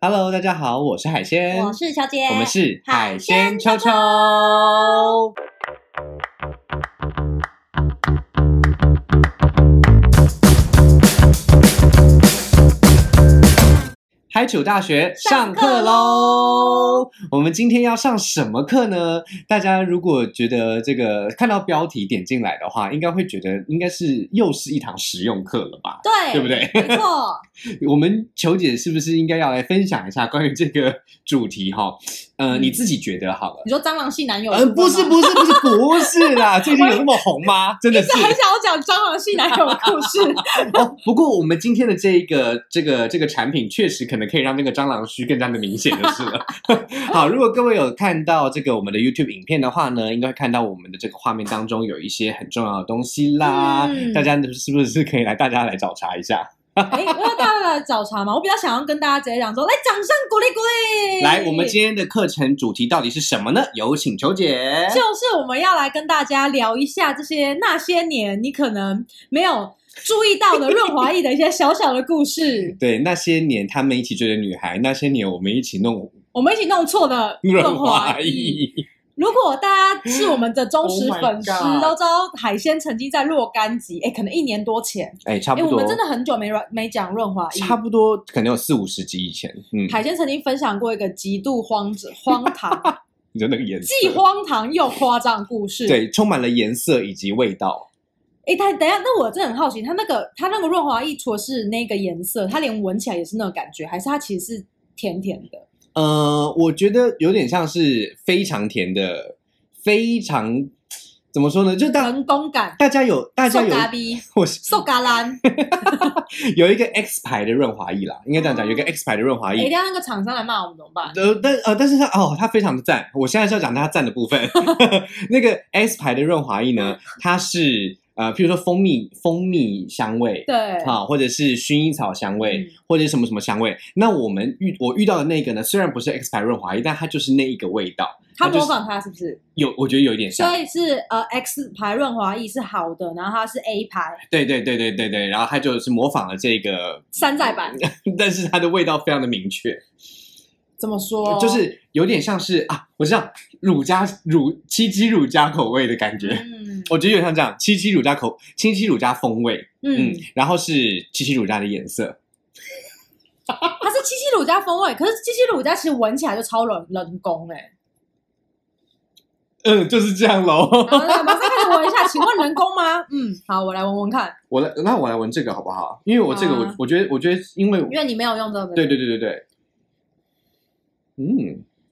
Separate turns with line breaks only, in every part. Hello，大家好，我是海鲜，
我是乔姐，
我们是
海鲜
秋秋。海九大学上
上
课
课
喽！我们今天要上什么课呢？大家如果觉得这个看到标题点进来的话，应该会觉得应该是又是一堂实用课了吧？对
对，
不？对？
没错，
我们球姐是不是应该要来分享一下关于这个主题哈？呃，
嗯
你自己觉得好了。
你说蟑螂系男友？
嗯，不是，不是，不是，不是啦！最近有那么红吗？真的是
是很想要讲蟑螂系男友的 故事。
哦。不过我们今天的这一个这个这个产品，确实可能可以让那个蟑螂须更加的明显就是了。 好，如果各位有看到这个我们的 YouTube 影片的话呢，应该会看到我们的这个画面当中有一些很重要的东西啦。
嗯
大家是不是可以来大家来找茬一下？
哎，我要大家来找茬嘛，我比较想要跟大家直接讲说，来，掌声鼓励鼓励。
来，我们今天的课程主题到底是什么呢？有请球姐。，
就是我们要来跟大家聊一下这些那些年你可能没有注意到的润滑液的一些小小的故事
对，那些年他们一起追的女孩，那些年我们一起弄
我们一起弄错的
润
润
滑
滑液。
液。
如果大家是我们的忠实
Oh my
粉丝
God
都知道海鲜曾经在若干集，哎，可能一年多前。
哎，差
哎、
不
我
多，
们真的很久没软没讲润滑液。
差不多，可能有四五十集以前。嗯，
海鲜曾经分享过一个极度荒荒唐、
你的那个颜色，
既荒唐又夸张的故事。，
对，充满了颜色以及味道。
哎、但等一下，那我真的很好奇，它那个它那个润滑液，除了是那个颜色，它连闻起来也是那种感觉，还是它其实是甜甜的？
呃，我觉得有点像是非常甜的，非常怎么说呢？就大
人工感，
大家有大家
瘦
有，嗯
咖逼，
我是
瘦咖兰。
有一个 X 牌的润滑液啦，应该这样讲，有一个 X 牌的润滑
哎、
液
等一。下那个厂商来骂我们怎么办？
呃，但呃，但是它哦，它非常的赞。我现在是要讲它赞的部分。 那个 S 牌的润滑液呢，它是呃，譬如说蜂蜜蜂蜜香味
对，
啊，或者是薰衣草香味，
嗯
或者是什么什么香味。那我们遇我遇到的那个呢，虽然不是 X 牌润滑液，但它就是那一个味道。
他
就是
模仿它是不是？
有，我觉得有一点像
所，以是呃 X 牌润滑液是好的，然后它是 A 牌
对对对对对对，然后它就是模仿了这个，
山寨版，
但是它的味道非常的明确，
怎么说？
就是有点像是啊，我知道乳加乳七鸡乳加口味的感觉，
嗯
我觉得有点像这样，七七乳加口，七七乳加风味，嗯
嗯，，
然后是七七乳加的颜色，
它是七七乳加风味，可是七七乳加其实闻起来就超人人工哎、欸。
嗯，就是这样喽。
好来马上开始闻一下，请问人工吗？嗯，好，我来闻闻看，
我来，那我来闻这个好不好？因为我这个，我、
好啊
我觉得，我觉得，因为
因为你没有用这个。
对对对对对，嗯，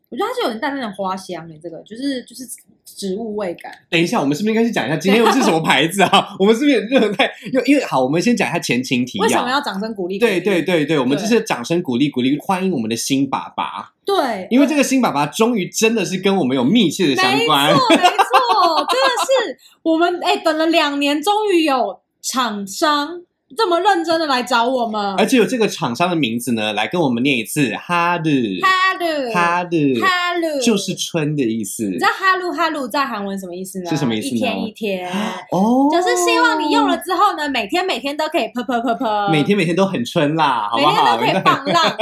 我觉得它是有点淡淡的花香哎、欸，这个就是就是植物味感。
等一下，我们是不是应该去讲一下今天又是什么牌子啊？ 我们是不是也热太？因为因为好，我们先讲一下前情提
为什么
要。
要掌声鼓励？
对对对对，我们这
对
是掌声鼓励鼓励，欢迎我们的新爸爸，
对，
因为这个新爸爸终于真的是跟我们有密切的相关
没。错，没错，真的是我们哎、等了两年，终于有厂商这么认真的来找我们。
而且有这个厂商的名字呢，来跟我们念一次哈鲁
哈鲁，
哈鲁，
哈鲁，
就是春的意思
你知道哈鲁哈鲁在韩文什么意思呢？
是什么意思呢
一天一天，
哦，
就是希望你用了之后呢，每天每天都可以噗噗噗噗，
每天每天都很春啦，好
每
不
天
好
都可？以放浪，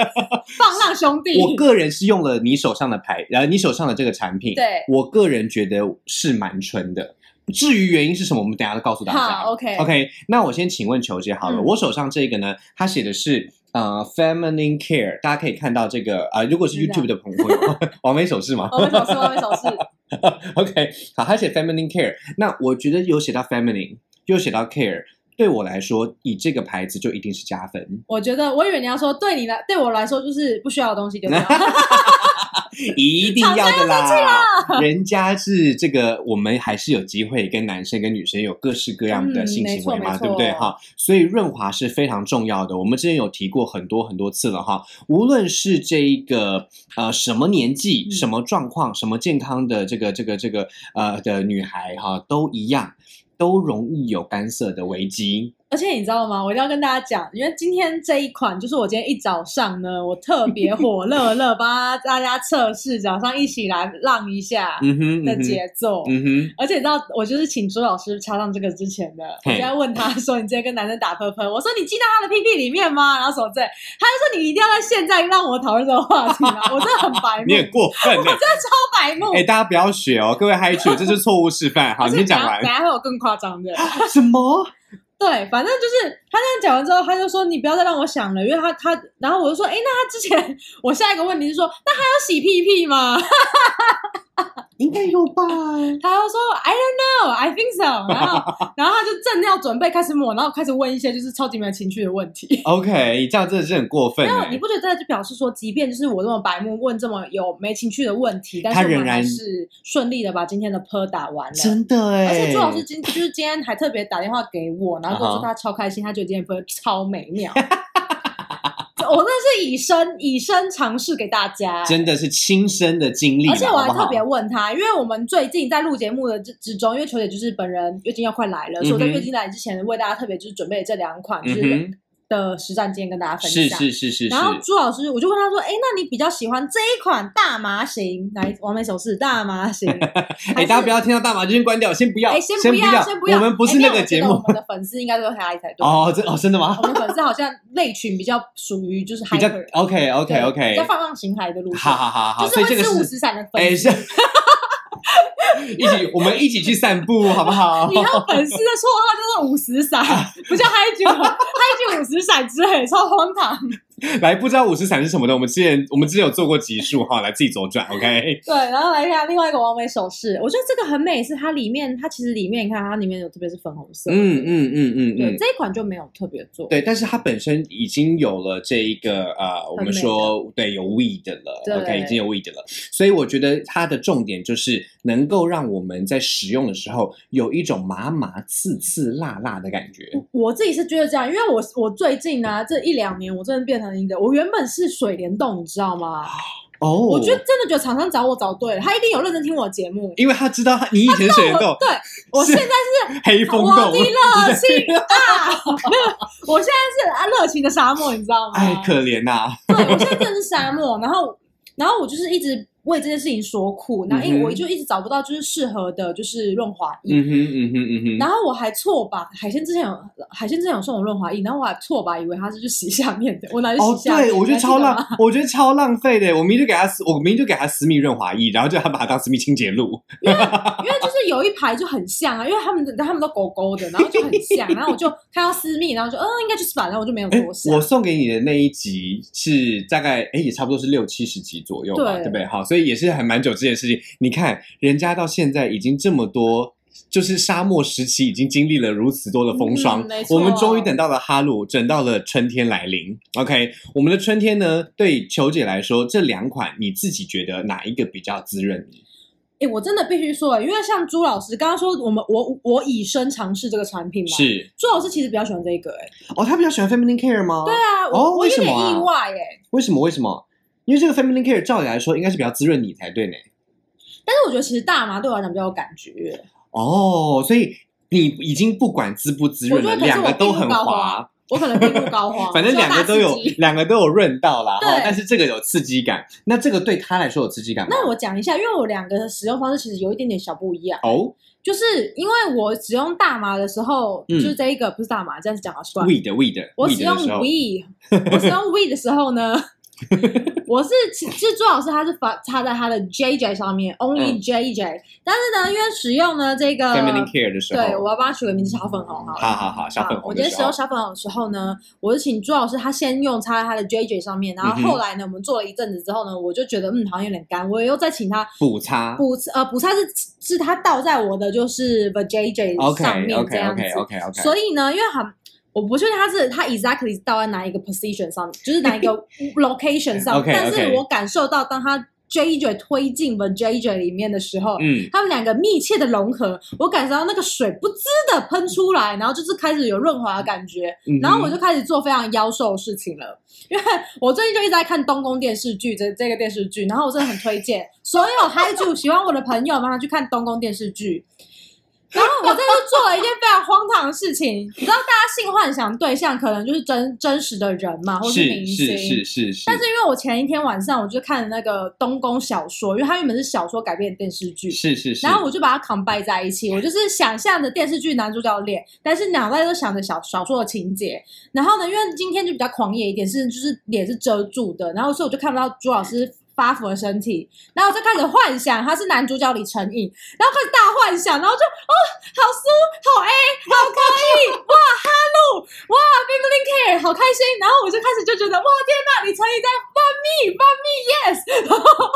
放浪兄弟。
我个人是用了你手上的牌，呃，你手上的这个产品，
对
我个人觉得是蛮春的。至于原因是什么，我们等一下都告诉大家。
好，OK
OK，那我先请问球姐好了，
嗯
我手上这个呢，它写的是呃 feminine care，大家可以看到这个呃，如果是
是的
YouTube 的朋友， 完美手势吗？
我们手势，我们手势，
OK，好，他写 feminine care，那我觉得有写到 feminine，又写到 care，对我来说，以这个牌子就一定是加分，
我觉得我以为你要说对你来，对我来说就是不需要的东西 就不要。
一定要的啦。人家是这个，我们还是有机会跟男生跟女生有各式各样的
嗯
性
没
行
错
为嘛，
没
对不对
错
哈？所以润滑是非常重要的，我们之前有提过很多很多次了哈。无论是这一个呃什么年纪、
嗯
什么状况、什么健康的这个这个这个呃的女孩哈，都一样，都容易有干涩的危机。
而且你知道吗？我一定要跟大家讲，因为今天这一款就是我今天一早上呢，我特别 火热热帮大家测试，早上一起来浪一下
嗯哼，
的
嗯哼
节奏。
嗯哼，
而且你知道，我就是请朱老师插上这个之前的，我
嘿
就在问他说：“你今天跟男生打喷喷？”我说：“你进到他的屁屁里面吗？”然后什么之类，他就说：“你一定要在现在让我讨论这个话题啊！”我真的很白 目，
你很
超
过分 哎、
白目。
哎、大家不要学哦，各位嗨曲，这是错误示范。好，
而
你
且
先讲
等下
完
等。下会有更夸张的。
什么？
对，反正就是他那样讲完之后，他就说你不要再让我想了，因为他他，然后我就说，哎，那他之前我下一个问题是说，那还有洗屁屁吗？
应该有吧？
他就说 I don't know, I think so。然后然后他就正要准备开始抹，然后开始问一些就是超级没有情趣的问题。
OK，这样真的是很过分、
没有，你
欸。
不觉得这就表示说，即便就是我这么白目问这么有没情趣的问题，但
他
是我
仍
们还
然
是顺利的把今天的 p 打完了。
真的哎、
而且朱老师今就是今天还特别打电话给我，然后跟我
啊
说
哈
他超开心，他觉得今天分超美妙。我真的是以身以身尝试给大家，欸
真的是亲身的经历啦，
而且我还
好不好
特别问他，因为我们最近在录节目的之之中，因为球姐就是本人月经要快来了，所以我
嗯
在
哼
月经来之前为大家特别就是准备了这两款就
嗯
是
哼，
的实战经验跟大家分享。
是是是是是
然，后朱老师，我就问他说：“哎，那你比较喜欢这一款大麻型，来完美手势大 麻型？”
哎、
哎
大家不要听到大麻就先关掉，先不要，
哎，
先
不要，先
我们不是那个节
哎那我觉得
目
我们的粉丝应该都会嗨才对。
哦，真哦真的吗
我？们粉丝好像类群比较属于就是
比较
hyper
OK OK
对比
OK，
较放浪形骸的路线，
好好好好，
就是
所以这
会
个
吃五
是
十散的
哎
粉丝。
是，一起我们一起去散步好不好
你？知道粉丝的绰号就是五 十散，不叫嗨剧，嗨剧五十散之类，超荒唐。
来，不知道五十散是什么的，我们之前我们之前有做过集数哈，来自己左转 OK。
对，然后来看另外一个完美手势，我觉得这个很美，是它里面它其实里面你看它里面有特别是粉红色，
嗯嗯嗯嗯
对，
嗯，
这一款就没有特别做，
对，但是它本身已经有了这一个呃，我
很
们
美
说对有 weed 了
对
，OK，已经有 weed 了，所以我觉得它的重点就是能够让我们在使用的时候有一种麻麻刺刺辣辣的感觉。
我自己是觉得这样，因为我我最近呢、这一两年，我真的变成一个，我原本是水帘洞，你知道吗？
哦，
我觉得真的觉得厂商找我找对了，他一定有认真听我的节目。
因为他知道他你以前水帘
我
洞，
对我
是
现在是
黑风
我
洞
的，热
你
情啊，我现在是啊热情的沙漠，你知道吗？
哎，可怜呐、
对我现在真的是沙漠，然后然后我就是一直为这件事情所苦，然后
嗯
因为
哼
我就一直找不到就是适合的，就是润滑液。
嗯哼嗯哼嗯
然
哼，
后我还错把海鲜之前有海鲜之前有送我润滑液，然后我还错把以为它是去洗下面的，我拿去洗
哦，
下面。
对，我觉
你还
得
记
超
吗
浪，我觉得超浪费的。我明明就给他私，我明明就给他私密润滑液，然后就他把它当私密清洁露。
因为就是有一排就很像啊，因为他们的他们都狗狗的，然后就很 像，然后我就看到私密，然后就嗯应该就是吧，然后我就没有
哎
多想。
我送给你的那一集是大概哎也差不多是六七十集左右吧，
对
对不对？好，所以也是还蛮久之前的事情。你看人家到现在已经这么多。就是沙漠时期已经经历了如此多的风霜，
嗯没错
我们终于等到了哈鲁，等到了春天来临。OK，我们的春天呢，对球姐来说，这两款你自己觉得哪一个比较滋润你？
哎、我真的必须说、因为像朱老师刚刚说，我们我我以身尝试这个产品嘛，
是
朱老师其实比较喜欢这一个、哎，
哦，她比较喜欢 feminine care 吗？对
对啊，我、
哦
我
为
有
什
点
么啊
意外、哎，
为什么？为什么？因为这个 feminine care 照理来说应该是比较滋润你才对呢。
但是我觉得其实大麻对我来讲比较有感觉，
哦，所以你已经不管滋不滋润
我
了，
觉得可是
两
我
个都很
并不高
滑，
我可能并不 高花，
反正两个都
哦
有
我需要大刺，激
两个都有润到啦。哈
对，
但是这个有刺激感，那这个对他来说有刺激感吗？
那我讲一下，因为我两个的使用方式其实有一点点小不一样，
哦
就是因为我使用大麻的时候，
嗯
就是这一个不是大麻，这样子讲好奇怪。
，weed weed，
我
weed
使用
的时候
we，我使用 we 的时 候呢，我是其实朱老师他是发插在他的 JJ 上面，only
嗯
JJ，、但是呢，因为使用呢这个，
feminine care 的时候，
对，我要帮他取个名字小粉红好了。
好好好，小粉
我
红
今
的
天使
时
用
候，
小粉红的时候呢，我就请朱老师他先用插在他的 JJ 上面，然后
嗯哼
后来呢，我们做了一阵子之后呢，我就觉得嗯好像有点干，我又再请他
补擦
补呃补擦是是他倒在我的就是 the JJ 上
，OK
面这
OK
样子
OK OK OK，
所以呢，因为很，我不确定他是他 exactly 到在哪一个 position 上面，就是哪一 个 location 上
OK，OK
但是我感受到当他 JJ 推进 the JJ 里面的时候。
嗯，
他们两个密切的融合，我感受到那个水不滋的喷出来，然后就是开始有润滑的感觉，
嗯哼
然后我就开始做非常妖兽的事情了。 因为我最近就一直在看东宫电视剧这这个电视剧，然后我真的很推荐所有嗨剧喜欢我的朋友，麻烦去看东宫电视剧。 然后我这次做了一件非常荒唐的事情，你知道，大家性幻想对象可能就是真真实的人嘛，或明
是是
星。
是是是，
但是因为我前一天晚上我就看了那个东宫小说，因为它原本是小说改编的电视剧，
是是是，
然后我就把它 combine 在一起，我就是想象着电视剧男主角的脸，但是脑袋都想着小小说的情节。然后呢，因为今天就比较狂野一点，是就是脸是遮住的，然后所以我就看不到朱老师发福的身体。然后我就开始幻想他是男主角李承铉，然后开始大幻想，然后就哦，好酥，好 A，好可以，哇哈鲁，哇 b i b l i n Care，好开心。然后我就开始就觉得哇天呐，李承铉在 Fun Me，Fun Me Yes，然后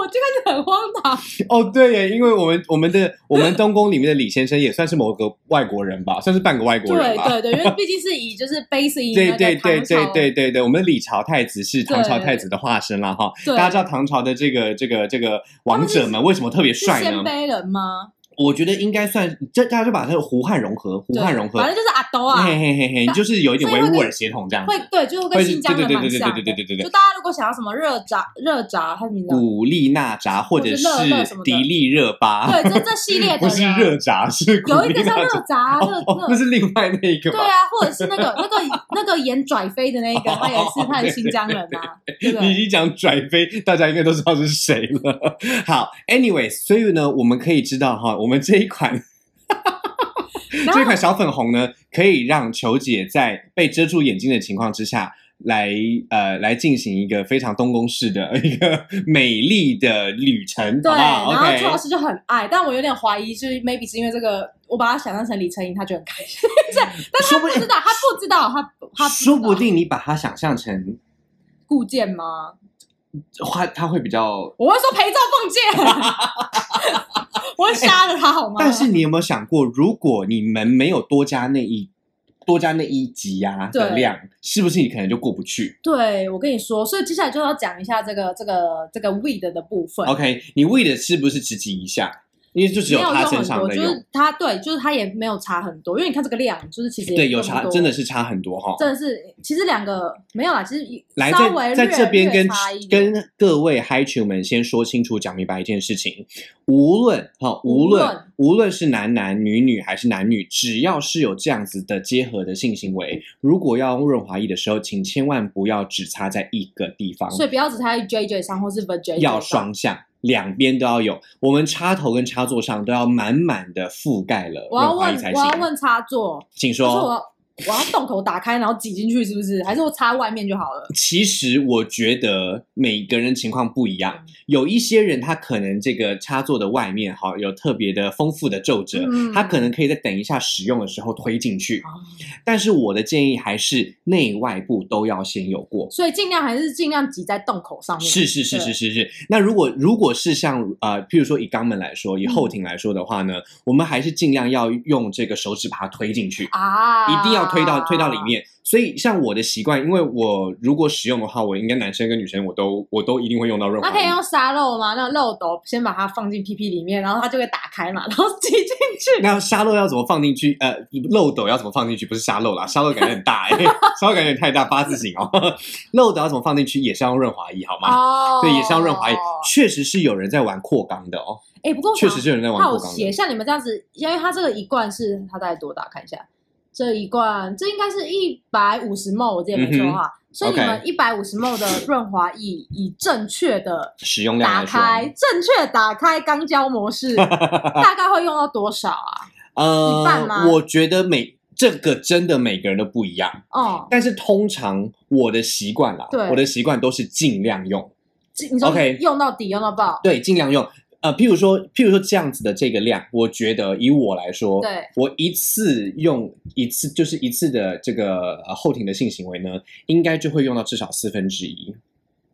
我就开始很荒唐。
哦对耶，因为我们我们的我们东宫里面的李先生也算是某个外国人吧，算是半个外国人
对
吧。
对对，因为 毕竟是以就是 base 以
对
那
对对
个唐
对
朝
对对对，我们的李朝太子是唐朝
对
太子的化身了哈。
对
大家知道唐朝的这个这个这个王
们是
者们为什么特别
是
帅
鲜
呢？
卑人吗？
我觉得应该算，这大家就把这个胡汉融合，胡
对
汉融合
反，正就是阿斗啊，
嘿嘿嘿嘿，
但
就是有一点
所以
维
会
吾
跟
尔血统这样子
会。对，就是跟
会
新疆
对
人
对
蛮
对对
像的。
对对对对对
就大家如果想要什么热炸热炸，它的名字叫
古力娜扎或者是
或者是热热什么的
迪丽热巴，
对，这这系列的
啊不是
人
热扎，是古
有一
力
个
娜
叫热
扎。
炸热
哦哦，那
热。
是另外那一个
对
吧？
啊，或者是那个那个那个演拽飞的那 个，他也是他
哦对
是新疆人啊，对不
你
对？
一讲拽飞，大家应该都知道是谁了。 好，anyway，所以呢，我们可以知道哈，我们这一款
然
这
后
一款小粉红呢，可以让球姐在被遮住眼睛的情况之下，来呃来进行一个非常东宫式的一个美丽的旅程，
对，
好不好
然后朱老
？OK。
师就很爱，但我有点怀疑，就是 maybe 是因为这个，我把他想象成李承铉，他就很开心， 但
嗯说
他
不
不知道，他不知道，他他知
说不
道
定你把它想象成
顾剑吗？
花，它会比较。
我会说陪赵凤剑，啊我会杀了他好 吗？
但是你有没有想过，如果你们没有多加那一多加那一集呀、的
对
量，是不是你可能就过不去
对我跟你说，所以接下来就要讲一下这个这个这个 weed 的部分。
？OK，你为的是不是只挤一下？因为就只
没有
他
用
身
很
上
多，
的
就
用，
是他对，就是他也没有差很多，因为你看这个量，就是其实也
对，有
不
差，
多
真的是差很多哈。
真的是，其实两个没有啦，其实
来，
稍微
在在
略
这边跟
略差一点
跟各位嗨球们先说清楚、讲明白一件事情：无论哈、无
无
论
论
无论是男男女女还是男女，只要是有这样子的结合的性行为，如果要用润滑液的时候，请千万不要只擦在一个地方，
所以不要只差在 JJ 上或是 VJ
要
上。
双向。两边都要有，我们插头跟插座上都要满满的覆盖了
我要
润滑
问
液才，
我
行
要。问插座，
请
就是
说哦
我。要我要洞口打开，然后挤进去，是不是？还是我插外面就好了？
其实我觉得每个人情况不一样，
嗯
有一些人他可能这个插座的外面哈有特别的丰富的皱褶，
嗯
他可能可以在等一下使用的时候推进去。
啊
但是我的建议还是内外部都要先有过。
所以尽量还是尽量挤在洞口上面。
是是是是
嗯对，
是是。那如果如果是像呃，譬如说以肛门来说，以
嗯
后庭来说的话呢，我们还是尽量要用这个手指把它推进去。
啊，
一定要推到推到里。面。所以像我的习惯，因为我如果使用的话，我应该男生跟女生我都我都一定会用到润滑
那
液。
可以用沙漏吗？那个漏斗先把它放进屁屁里面，然后它就会打开嘛，然后挤进去。
那沙漏要怎么放进去？呃，漏斗要怎么放进去？不是沙漏啦，沙漏感觉很大哎、沙漏感觉很太大，八字形哦。漏斗要怎么放进去？也是要用润滑液，好吗？
哦，
对，也是要用润滑液。确实是有人在玩扩肛的哦，
哎，不过
确实是有人在玩
好
扩肛
邪，
的。
像你们这样子，因为它这个一罐是它大概多大？看一下，这一罐这应该是一百五十 ml，我记得没错哈。所以你们
嗯 OK
一百五十 ml 的润滑液，以正确的
使用量
打
来说，哦
开，正确打开肛交 模式，大概会用到多少啊？一半
呃
吗，
我觉得每这个真的每个人都不一样，
哦，
但是通常我的习惯啦，
对
我的习惯都是尽量用。
你说
OK
用到底，用到爆，
对，尽量用。呃，譬如说，譬如说这样子的这个量，我觉得以我来说，
对
我一次用一次，就是一次的这个、呃、后庭的性行为呢，应该就会用到至少四分之一。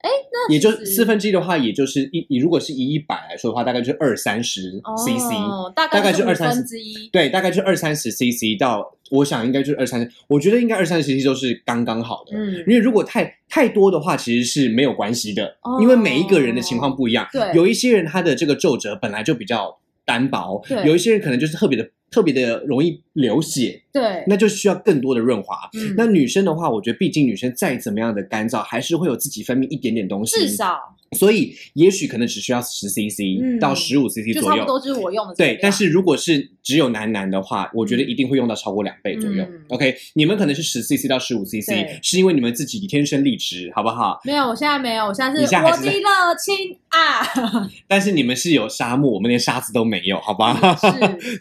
那
也就
其实
四分之一的话，也就是一，你如果是以一百来说的话，大概就二三十 CC，、
哦、大
大概
是
就二
五
三十
分之一。
对，大概就二三十 CC 到，我想应该就是二三十，我觉得应该二三十 CC 都是刚刚好的。
嗯，
因为如果太太多的话，其实是没有关系的，
哦
因为每一个人的情况不一样。
对
有一些人他的这个皱褶本来就比较单薄，
对
有一些人可能就是特别的特别的容易流血，
对，
那就需要更多的润滑。
嗯
那女生的话，我觉得毕竟女生再怎么样的干燥，还是会有自己分泌一点点东西，
至少
所以也许可能只需要十 CC
嗯
到十五 CC
就
左
差
右
不。多就是我用的这个
对
量。，
但是如果是只有男男的话，我觉得一定会用到超过两倍左右。
嗯
OK，你们可能是十 CC 到十五 CC，
对
是因为你们自己天生丽质，好不好？
没有，我现在没有，我现在是
你现在还
我
是在
的热情啊，
但是你们是有沙漠，我们连沙子都没有，好吧？
是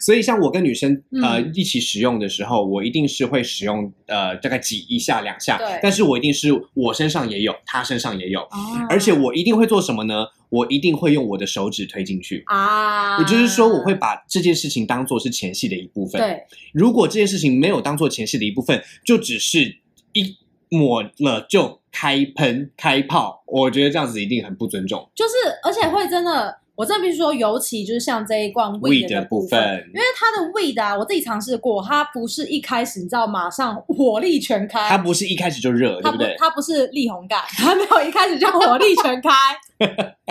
所以，像我跟女生呃
嗯
一起使用的时候，我一定是会使用呃大概挤一下两下
对，
但是我一定是我身上也有，她身上也有，
啊
而且我一定会做什么呢？我一定会用我的手指推进去。
啊，
也就是说，我会把这件事情当做是前戏的一部分。
对
如果这件事情没有当做前戏的一部分，就只是一抹了就开喷开炮，我觉得这样子一定很不尊重。
就是，而且会真的，我真的必须说，尤其就是像这一罐
weed
的
的部
分，
分
因，为它的 weed 啊，我自己尝试过，它不是一开始你知道马上火力全开，
它不是一开始就热，对
它
不
不
对？
它不是力宏感，它没有一开始就火力全开，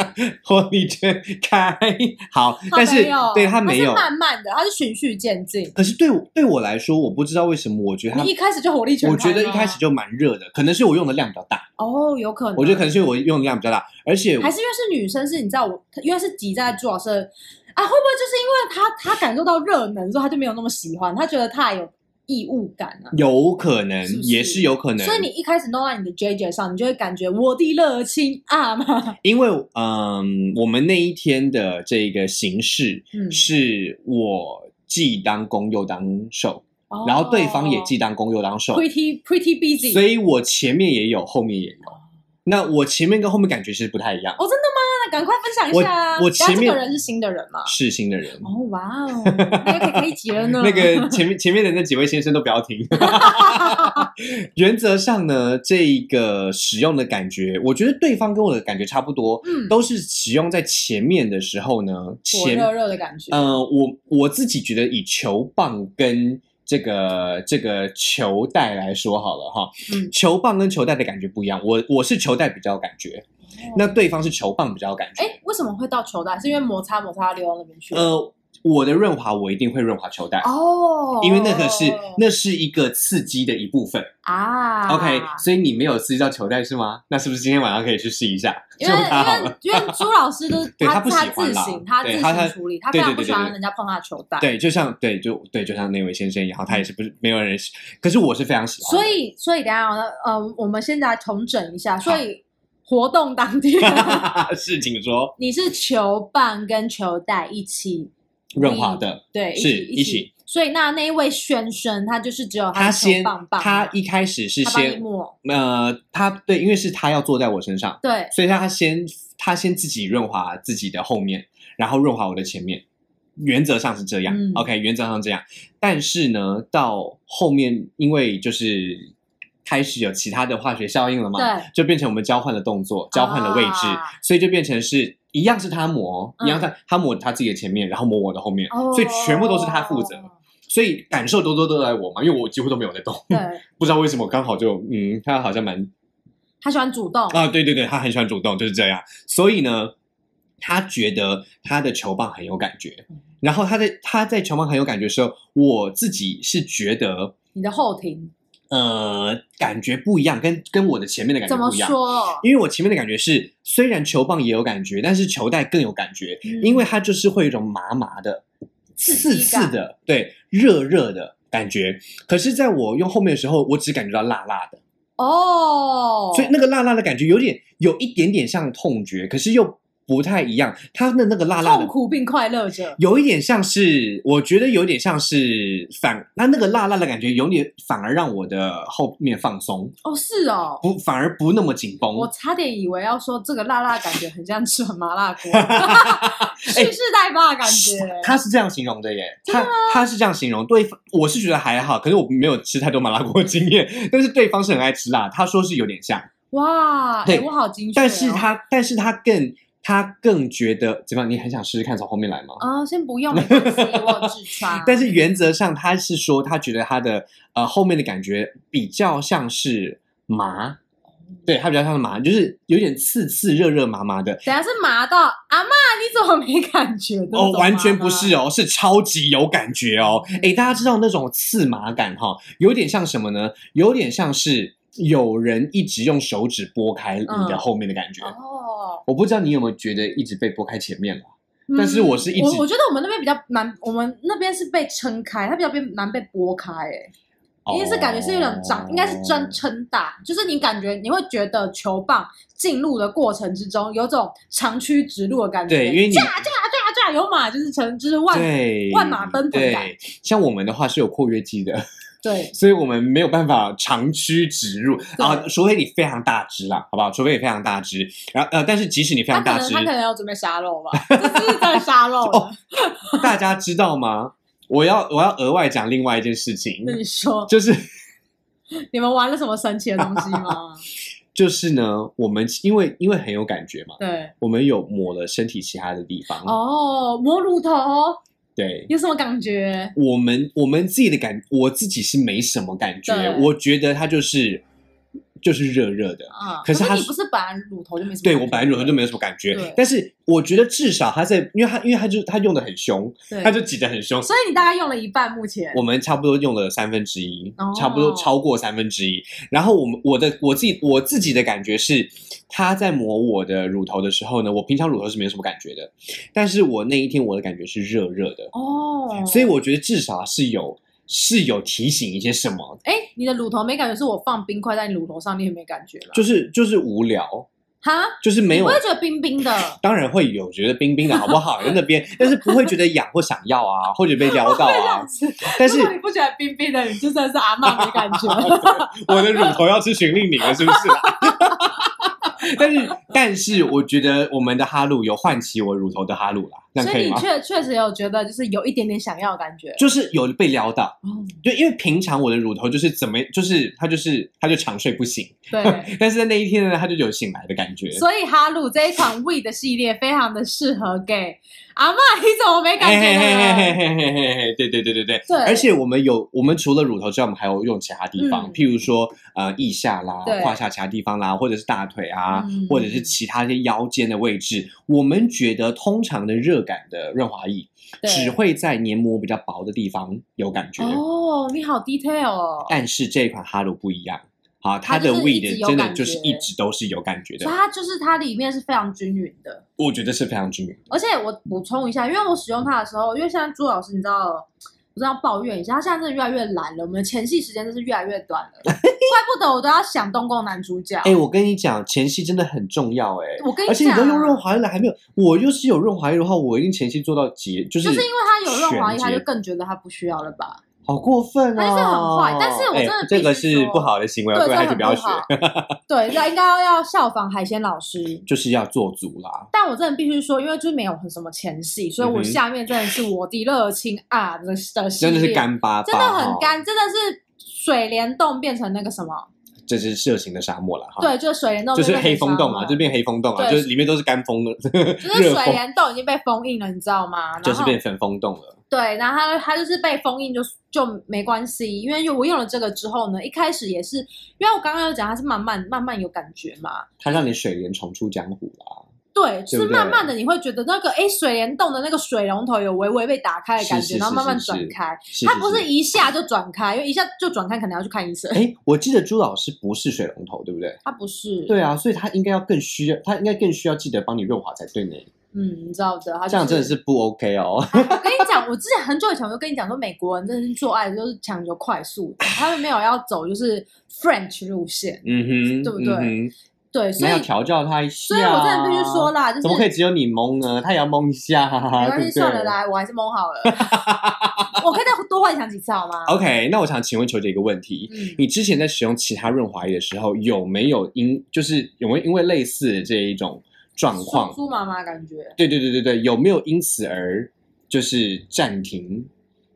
火力全开，好，
它
但是
没有，
对它
它
没有
是。慢慢的，它是循序渐进。
可是对我对我来说，我不知道为什么，我觉得它
你一，开始就火力全开
我
吗，
觉得一开始就蛮热的，可能是我用的量比较大，
哦，有可能，
我觉得可能是我用的量比较大，而且
还是因为是女生，是你知道我，因为是挤在朱老师的啊，会不会就是因为她她感受到热能之后，她就没有那么喜欢，她觉得太有异物感了、
有可能
是不是
也是有可能，
所以你一开始弄到你的 JJ 上，你就会感觉我的热情啊 嘛，
因为嗯，我们那一天的这个形式
嗯，
是我既当公又当受，
哦
然后对方也既当公又当受，
pretty pretty busy，
所以我前面也有，后面也有。那我前面跟后面感觉是不太一样，
哦，真的吗？那赶快分享一下啊！
我我
等下
前面
这个人是新 的人嘛？
是新的人。
哦，哇哦，那就可以开一集了呢。
那个前面前面的那几位先生都不要听。 原则上呢，这个使用的感觉，我觉得对方跟我的感觉差不多，
嗯，
都是使用在前面的时候呢，
火
前
热热的感觉，
呃，我我自己觉得以球棒跟这个这个球带来说好了哈，
嗯
球棒跟球带的感觉不一样，我我是球带比较有感觉，那对方是球棒比较有感觉。
哦哎，为什么会到球袋？是因为摩擦摩擦流到那边去？
呃，我的润滑我一定会润滑球带。
哦，
因为那个是那是一个刺激的一部分、
啊
o k 所以你没有刺激到球带是吗？那是不是今天晚上可以去试一下？
因为
就它好
因
了
为因为朱老师 都
对他
他
不喜欢
自
啦
行他自
对他他
行处理，他
对
非
对
常
对
不
对
喜欢
对
人家碰他的球袋。
对，就像对，就对，就像那位先生一样，他也是不是没有人喜，可是我是非常喜欢的。
所以所以等一下呢，呃，我们现在重整一下，所以活动当天
是，请说
你是球棒跟球袋一起
润滑的，
对，一
是
起
一
一
起。
所以那那一位轩轩，他就是只有
他
的球
先
棒棒，
他一开始是
他帮你
先
抹，
呃，他对，因为是他要坐在我身上，
对，
所以他先他先自己润滑自己的后面，然后润滑我的前面，原则上是这样、
嗯
o k 原则上这样。但是呢，到后面因为就是开始有其他的化学效应了嘛，
对，
就变成我们交换的动作，交换的位置，
啊
所以就变成是一样是他抹，
嗯
一样他他抹他自己的前面，然后抹我的后面，
哦
所以全部都是他负责，所以感受多多都在我嘛，因为我几乎都没有在动，
对，
不知道为什么刚好就嗯，他好像蛮
他喜欢主动，
啊，对对对，他很喜欢主动，就是这样，所以呢，他觉得他的球棒很有感觉
嗯。
然后他在他在球棒很有感觉的时候，我自己是觉得，
你的后庭
呃，感觉不一样，跟跟我的前面的感觉
怎么
不一样。
说？
因为我前面的感觉是，虽然球棒也有感觉，但是球带更有感觉，
嗯
因为它就是会有一种麻麻的、
刺
刺
激感
刺的，对，热热的感觉。可是，在我用后面的时候，我只感觉到辣辣的，
哦，
所以那个辣辣的感觉有点有一点点像痛觉，可是又不太一样。它的那个辣辣
痛
的。
苦并快乐着。
有一点像是，我觉得有点像是反，那那个辣辣的感觉有点反而让我的后面放松，
哦，是哦，
不反而不那么紧绷。
我差点以为要说这个辣辣感觉很像吃完麻辣 锅，蓄势待发的感觉。
他哎是这样形容的耶，他他是这样形容，对方我是觉得还好，可是我没有吃太多麻辣锅经验， 但是对方是很爱吃辣，他说是有点像，
哇，
对
哎，我好精确哦。
但是他但是他更他更觉得怎么样？你很想试试看从后面来吗？。
啊，先不用，没关系，我有啊痔 疮
但是原则上他是说他觉得他的呃后面的感觉比较像是麻，对他比较像是麻，就是有点刺刺热热麻麻的。
等下是麻到阿妈，你怎么没感觉的？
哦，
那种麻嗯
完全不是
呢。
哦，是超级有感觉哦。诶，大家知道那种刺麻感哈、有点像什么呢？有点像是有人一直用手指拨开你的
嗯
后面的感觉。
哦，哦。
我不知道你有没有觉得一直被拨开前面了，
嗯
但是我是一直
我我觉得我们那边比较难，我们那边是被撑开，它比较被难被拨开、欸，因为是感觉是有
哦
点长，应该是
真
真撑大，就是你感觉你会觉得球棒进入的过程之中有种长驱直入的感觉，
对，因为你
架架架架有马就是成就是万
对
万马奔腾感
对，像我们的话是有括约肌的，
对
所以我们没有办法长驱直入啊，除非你非常大只啦，好不好？除非你非常大只，然后呃，但是即使你非
他
常
可
大
能
只哦
他，可能要准备沙漏吧，这是在沙漏了。
大家知道吗？我要我要额外讲另外一件事情
那，你说
就是
你们玩了什么神奇的东西吗？
就是呢，我们因为因为很有感觉嘛，
对，
我们有抹了身体其他的地方，
哦，摸乳头
对。
有什么感觉？
我们我们自己的感，我自己是没什么感觉
对，
我觉得它就是就是热热的，
啊、
可是他
你不是本来乳头就没什么？
对我本来乳头就没有什么感觉
对，
但是我觉得至少他在，因为他因为他就他用的很凶，
对，
他就挤得很凶。
所以你大概用了一半，目前
我们差不多用了三分之一
哦，
差不多超过三分之一。然后我们我的我自己我自己的感觉是，他在磨我的乳头的时候呢，我平常乳头是没有什么感觉的，但是我那一天我的感觉是热热的，
哦，
所以我觉得至少是有是有提醒一些什么，
哎，你的乳头没感觉，是我放冰块在你乳头上，你也没感觉了，
就是就是无聊，
哈，
就是没
你
有
不会觉得冰冰的。
当然会有觉得冰冰的好不好，在那边，但是不会觉得痒或想要啊，或者被撩 到啊。 但是
如果你不觉得冰冰的，你就算是阿嬷没感 觉。
我的乳头要吃循令宁了，是不是、啊？ 但是但是，我觉得我们的哈鲁有唤起我乳头的哈鲁啦，这样
所
可
以
以
你
吗？
确确实有觉得，就是有一点点想要的感觉。
就是有被撩到，
哦，
就因为平常我的乳头就是怎么，就是它就是它就长睡不醒，
对，
但是在那一天呢，它就有醒来的感觉。
所以哈鲁这一款 We 的系列非常的适合给阿嬷，你怎么没感觉的人？
嘿嘿嘿嘿嘿嘿，对对对对对，
对
而且我们有，我们除了乳头之外，我们还有用其他地方，
嗯
譬如说呃腋下啦
对、
胯下其他地方啦，或者是大腿啊，
嗯
或者是其他一些腰间的位置。我们觉得通常的热感的润滑液
对
只会在黏膜比较薄的地方有感觉，
哦，你好 detail 哦，
但是这一款哈鲁不一样。啊，
它
它
就
的
是
w
一
e
直
d
有
真的
感
就是
觉
一直都是有感觉的
所以，它就是它里面是非常均匀的。
我觉得是非常均匀。
而且我补充一下，因为我使用它的时候，因为现在朱老师你知道，我知道抱怨一下，他现在真的越来越懒了，我们的前戏时间真是越来越 短了，怪不得我都要想东宫男主角。
哎、我跟你讲，前戏真的很重要、哎，
我跟你
而且你都用润
讲。
滑液了，还没有，我就是有润滑液的话，我一定前期做到结，就是
就是因为他有润滑液，
全
他
洁
就更觉得他不需要了吧？
好过分哦，
但是很坏但是我
哎
真的必须
这个是
说
不好的行为，啊
对，
各
这
位还是
很
不要
不
学，
好。对，这应该要效仿海鲜老师。
就是要做足啦。
但我真的必须说，因为就是没有什么前戏，所以我
嗯哼
下面真的是我的热情啊的的系
真的是
列
干巴巴，
真的很
哈，
干，真的是水帘洞变成那个什么？
这是色情的沙漠了哈。，
对，就是水帘洞
啊就
变成
是
那个
黑风洞
沙
啊，
漠
就变黑风洞啊，
对
就是里面都是干风 的，
就
热
是水
风，
帘洞已经被封印了，你知道吗？
就
然
是
后
变粉风洞了。
对，然后它它就是被封印就，就没关系，因为我用了这个之后呢，一开始也是，因为我刚刚有讲它是慢慢慢慢有感觉嘛，
它让你水帘重出江湖啦，
对，
对
就是
不对
慢慢的你会觉得那个哎水帘洞的那个水龙头有微微被打开的感
是
觉，
是
然后
是
慢慢
是
转
是
开，
是
它不是。一下就转开，因为一下就转开可能要去看医生，
哎，我记得朱老师不是水龙头，对不对？
它不是，
对啊，所以他应该要更需要，他应该更需要记得帮你润滑才对呢。
嗯，你知道的，它、就是、
这样真的是不 OK 哦。
我跟你讲，我之前很久以前我就跟你讲说，美国人真的是做爱就是讲究快速的，他们没有要走就是 French 路线，
嗯哼，
对不对
嗯哼、
对，所
那要
以
调教他一下。
所以我真的必须说，啦，就是
怎么可以啊只有你蒙呢？他也要蒙一下，
没
没
关系，算了。啦，我还是蒙好了，我可以再多幻想几次好吗？
对不对 OK，那我想请问球姐一个问题。
嗯，
你之前在使用其他润滑液的时候，有没有因就是有没有因为类似的这一种状况
猪？猪妈妈感觉，
对对对对对，有没有因此而就是暂停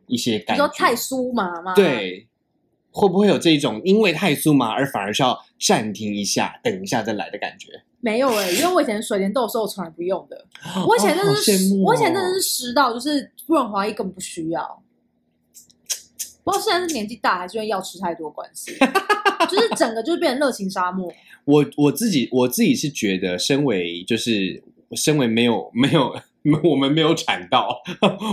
一些
你
感觉？
说太酥妈妈，，
对，会不会有这一种因为太酥麻而反而是要暂停一下，等一下再来的感觉？
没有哎、因为我以前水帘洞的时候我从来不用的，我以前真
哦
的
好
是
羡
湿、
慕哦
我以前真的是湿到就是润滑液根本不需要。不知道现在是年纪大还是因为药吃太多关系，就是整个就变成热情沙漠。
我我自己我自己是觉得，身为就是身为没有没有我们没有产到，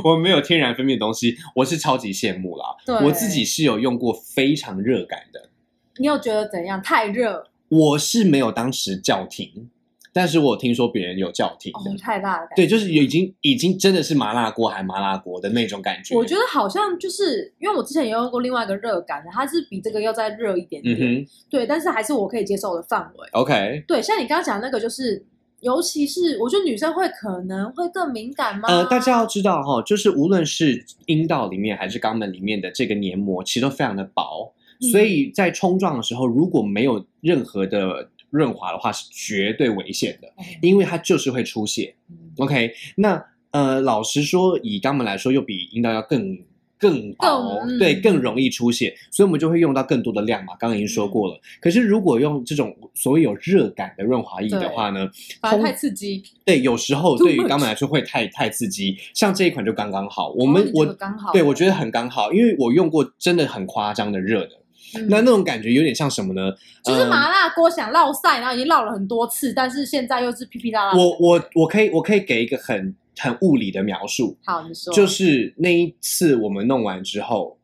我们没有天然分泌的东西，我是超级羡慕啦。
对，
我自己，是有用过非常热感的，
你有觉得怎样？太热
我是没有当时叫停，但是我听说别人有叫停
哦
的，，
太辣了，感觉。
对，就是已经已经真的是麻辣锅还麻辣锅的那种感觉。
我觉得好像就是因为我之前也用过另外一个热感的，它是比这个要再热一点
嗯
点，
哼
对，但是还是我可以接受的范围。
，OK，
对，像你刚刚讲的那个，就是尤其是我觉得女生会可能会更敏感吗？
呃，大家要知道哈、就是无论是阴道里面还是肛门里面的这个黏膜，其实都非常的薄，
嗯
所以在冲撞的时候，如果没有任何的润滑的话，是绝对危险的，因为它就是会出血。
哦嗯
OK，那呃，老实说，以肛门来说，又比阴道要更更薄，
更嗯
对，更容易出血，所以我们就会用到更多的量嘛。刚刚已经说
嗯
过了。可是如果用这种所谓有热感的润滑液的话呢，
反正
通
太刺激，
对，有时候
Too
对于
much
肛门来说会太太刺激，像这一款就刚刚好。我们、
哦你
我
这个刚好，
对我觉得很刚好，因为我用过真的很夸张的热的，
嗯
那那种感觉有点像什么呢？
就是
嗯
麻辣锅想烙赛，然后已经烙了很多次，但是现在又是噼噼啦啦。
我我我可以我可以给一个很很物理的描述，
好，你说，
就是那一次我们弄完之后，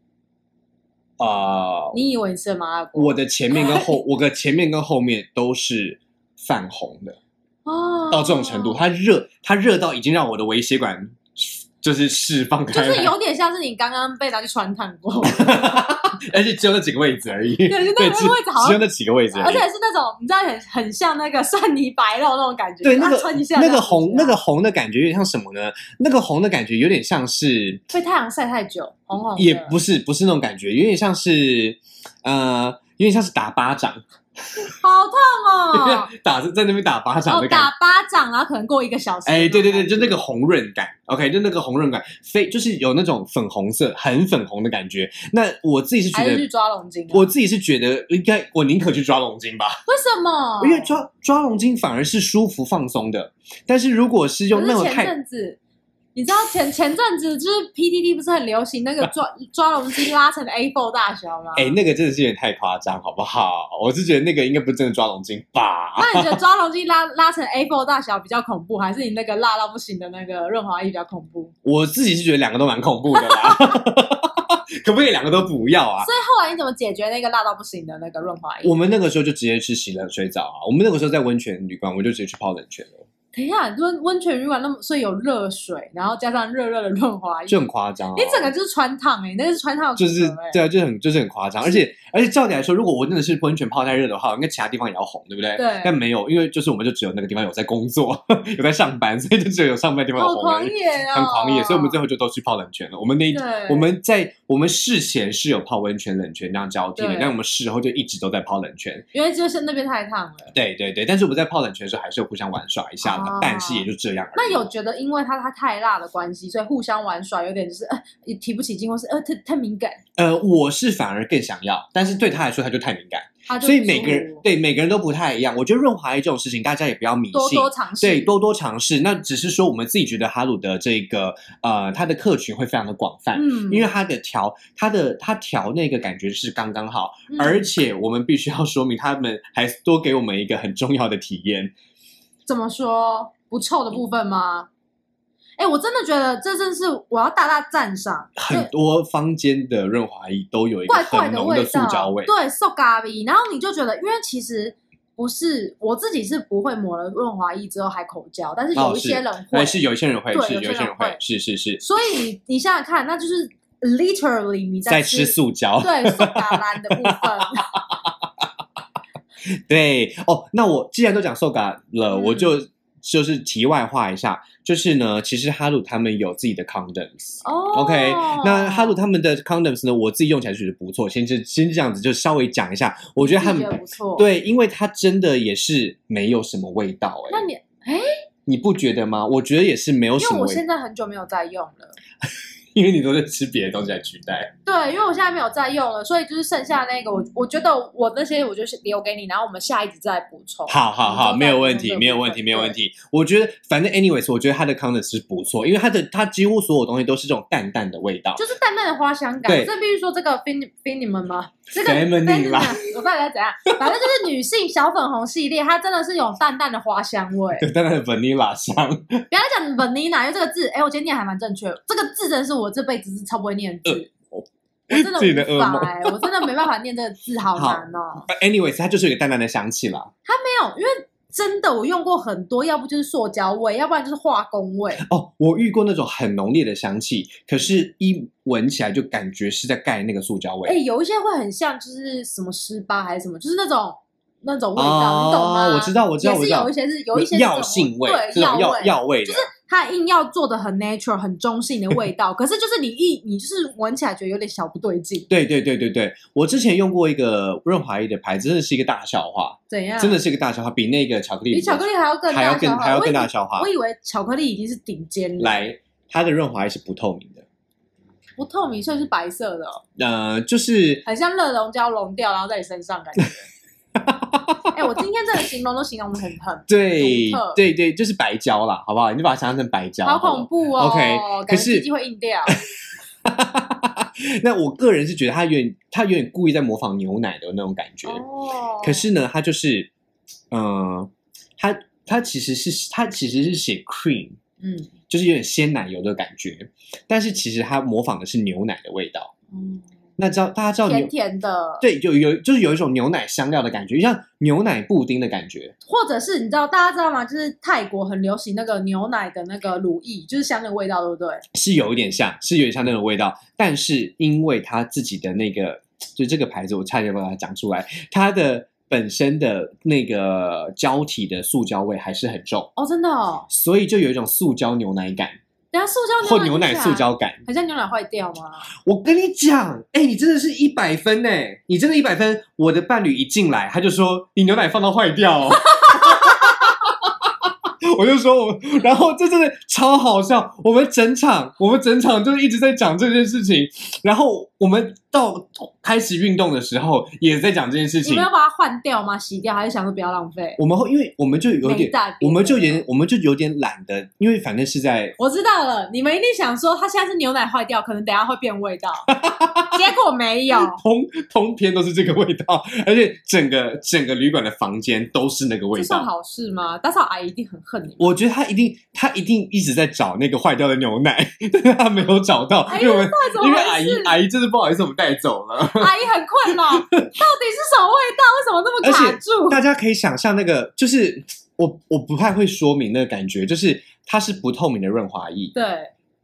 呃，
你以为你吃了麻辣锅
我的前面跟 后，我的前面跟后面都是泛红的，
哦，
到这种程度，它热，它热到已经让我的微血管就是释放
就
开来，
是有点像是你刚刚被拿去穿烫 过，
而且只有那几个位置而已，对，
就那个
只
位置好像
只有那几个位置
而
而已
且。是那种你知道很很像那个蒜泥白肉那种感觉，
对，那
啊
个
穿一下
那
这
个
样子
红
啊
那个红的感觉有点像什么呢？那个红的感觉有点像是
被太阳晒太久，红红的
也不是不是那种感觉，有点像是呃，有点像是打巴掌，
好痛 哦。
打在那边打巴掌
哦
的，感觉。
打巴掌，然后可能过一个小时。
哎，对对对，，就那个红润感，OK，就那个红润感，非就是有那种粉红色，很粉红的感觉。那我自己是觉
还是去
得，
抓龙筋啊。
我自己是觉得应该，我宁可去抓龙筋吧，
为什么？
因为抓抓龙筋反而是舒服放松的。但是如果是
可
用那
是
种
前
太
阵子，你知道前前阵子就是 PTT 不是很流行那个 抓抓龙筋拉成 A4 大小吗？
哎，那个真的是有点太夸张，好不好？我是觉得那个应该不是真的抓龙筋吧。
那你觉得抓龙筋拉拉成 A4 大小比较恐怖，还是你那个辣到不行的那个润滑液比较恐怖？
我自己是觉得两个都蛮恐怖的啦， 可不可以两个都不要啊？
所以后来你怎么解决那个辣到不行的那个润滑液？
我们那个时候就直接去洗冷水澡啊，我们那个时候在温泉旅馆，我就直接去泡冷泉了，
等一下，温温泉旅馆那么，所以有热水，然后加上热热的润滑液，
就很夸张、啊。
你整个就是穿烫哎、欸，那个是穿烫的
就
组合欸、
是对啊，就是很就是很夸张，而且而且照理来说，如果我真的是温泉泡太热的话，应该其他地方也要红，对不对？
对
但没有，因为就是我们就只有那个地方有在工作， 有在上班，所以就只有有上班地方有
好
红而
狂
已。
野啊、
很狂野，所以我们最后就都去泡冷泉了。我们那一
对
我们在我们事前是有泡温泉、冷泉这样交替的
对，
但我们事后就一直都在泡冷泉。
因为就是那边太烫了。
对对对，但是我们在泡冷泉的时候还是有互相玩耍一下的，
哦
但是也就这样而已。
那有觉得因为它它太辣的关系，所以互相玩耍有点就是呃也提不起劲，或是呃太太敏感，
呃，我是反而更想要，但是对他来说他就太敏感，
它就
所以
不舒
每个人
服
对每个人都不太一样。我觉得润滑液这种事情大家也不要迷信，
多多尝试，
对，多多尝试。那只是说我们自己觉得哈鲁的这个呃，它的客群会非常的广泛，
嗯，
因为它的调它的它调那个感觉是刚刚好，
嗯
而且我们必须要说明，他们还多给我们一个很重要的体验。
怎么说不臭的部分吗？哎、我真的觉得这真是我要大大赞赏，
很多坊间的润滑液都有一个
怪怪
很
的
浓的
味
塑
道，
胶味，
对，受咖喱，然后你就觉得，因为其实不是我自己是不会抹了润滑液之后还口交，但是
哦
有一
是
些人会，
还是有一些人会，
对
是
有些
有一些人
人
会
会，
是是是，
所以你你想想看，那就是 literally 你
在吃
吃
塑胶。
对受咖喱的部分，
对哦，那我既然都讲 Soga 了，
嗯
我就就是题外话一下，就是呢，其实哈鲁他们有自己的 condoms。
哦
OK，那哈鲁他们的 condoms 呢，我自己用起来是觉得不错。先就先这样子，就稍微讲一下，我觉得他
自己觉得
们
不错，。
对，因为它真的也是没有什么味道哎、
那你
你不觉得吗？我觉得也是没有
因
什
为
么
我
味道，
现在很久没有在用了，
因为你都在吃别的东西来取代。
对，因为我现在没有在用了，所以就是剩下那个我，我觉得我那些我就是留给你，然后我们下一集再补充。
好好好，
嗯
没有问题，
对
没有问题，没有问
对
题。我觉得反正 anyways，我觉得它的 condoms 是不错，因为它的它几乎所有东西都是这种淡淡的味道。
就是淡淡的花香感。
对
我这必须说这个 fin finimen 吗？这个
Feminine 啦，
我到底在怎样？反正就是女性小粉红系列，它真的是有淡淡的花香味。
有淡淡的 vanilla 香，
不要再讲 vanilla，因为这个字，哎、我今天念还蛮正确的。这个字真的是我这辈子是超不会念的字。我真的
自己的噩
无法
梦
哎、我真的没办法念这个字，好难哦、
Anyways，它就是有一个淡淡的香气啦。
没有，因为真的我用过很多，要不就是塑胶味，要不然就是化工 味。
哦，我遇过那种很浓烈的香气，可是一闻起来就感觉是在盖那个塑胶味。
哎、有一些会很像就是什么湿巴还是什么，就是那种那种味道，
哦
你懂吗？
我知道我知道
也
我
是
知道
有一些是有一些是这种
药性味，这
对
种
药
药
味。
药味的，
它硬要做的很 natural，很中性的 味道，可是就是你一你就是闻起来觉得有点小不对劲，
对对对对对。我之前用过一个润滑液的牌子，真的是一个大笑话，
怎样？
真的是一个大笑话，比那个巧克力
比巧克力还要更
还要
大
更
小
还要
号。我以
更大
为
笑话
我。以为巧克力已经是顶尖了，
来，它的润滑液是不透明的，
不透明，所以是白色的哦、
呃，就是
很像热熔胶融掉，然后在你身上感觉。 哎、我今天这个形容都形容的很很，
对
独特
对对，就是白胶啦，好不好？你就把它想象成白胶。
好
了
恐怖哦。
OK，可
感觉
是
鸡鸡会 硬掉。
那我个人是觉得它有点，它有点故意在模仿牛奶的那种感觉。
哦，
可是呢，它就是，嗯，它它其实是它其实是写 cream，
嗯，
就是有点鲜奶油的感觉，但是其实它模仿的是牛奶的味道。
嗯，
那知道大家知道牛
甜甜的，，
对，就有就是有一种牛奶香料的感觉，像牛奶布丁的感觉。
或者是你知道大家知道吗？就是泰国很流行那个牛奶的那个乳液，就是像那个味道，对不对？
是有一点像，是有点像那种味道，但是因为它自己的那个，就这个牌子，我差点把它讲出来，它的本身的那个胶体的塑胶味还是很重，
哦，真的哦。
所以就有一种塑胶牛奶感
等一下塑胶
或牛奶
听起来
塑，胶感。
很像牛奶坏掉吗？
我跟你讲，哎、你真的是一百分呢，你真的一百分。我的伴侣一进来，他就说你牛奶放到坏掉、哦。 我就说我，然后这真的超好笑。我们整场，我们整场就是一直在讲这件事情。然后我们到开始运动的时候，也在讲这件事
你
情
们。要把它换掉吗？洗掉，还是想说不要浪费？
我们会，因为我们就有
没
点，
大别
我们
的
就有点，我们就有点懒得，因为反正是在
我知道了，你们一定想说它现在是牛奶坏掉，可能等一下会变味 道，结果没有。
通通篇都是这个味道，而且整个整个旅馆的房间都是那个味
这
道。
算好事吗？打扫阿姨一定很恨你。
我觉得他一定，他一定一直在找那个坏掉的牛奶， 但是他没有找到，
哎
因为我们
到底怎么
因
回
为阿姨
事？
阿姨真的不好意思，我们带走了。
阿姨很困扰，到底是什么味道？为什么那么卡住？
大家可以想象那个，就是我我不太会说明那个感觉，就是它是不透明的润滑液，
对，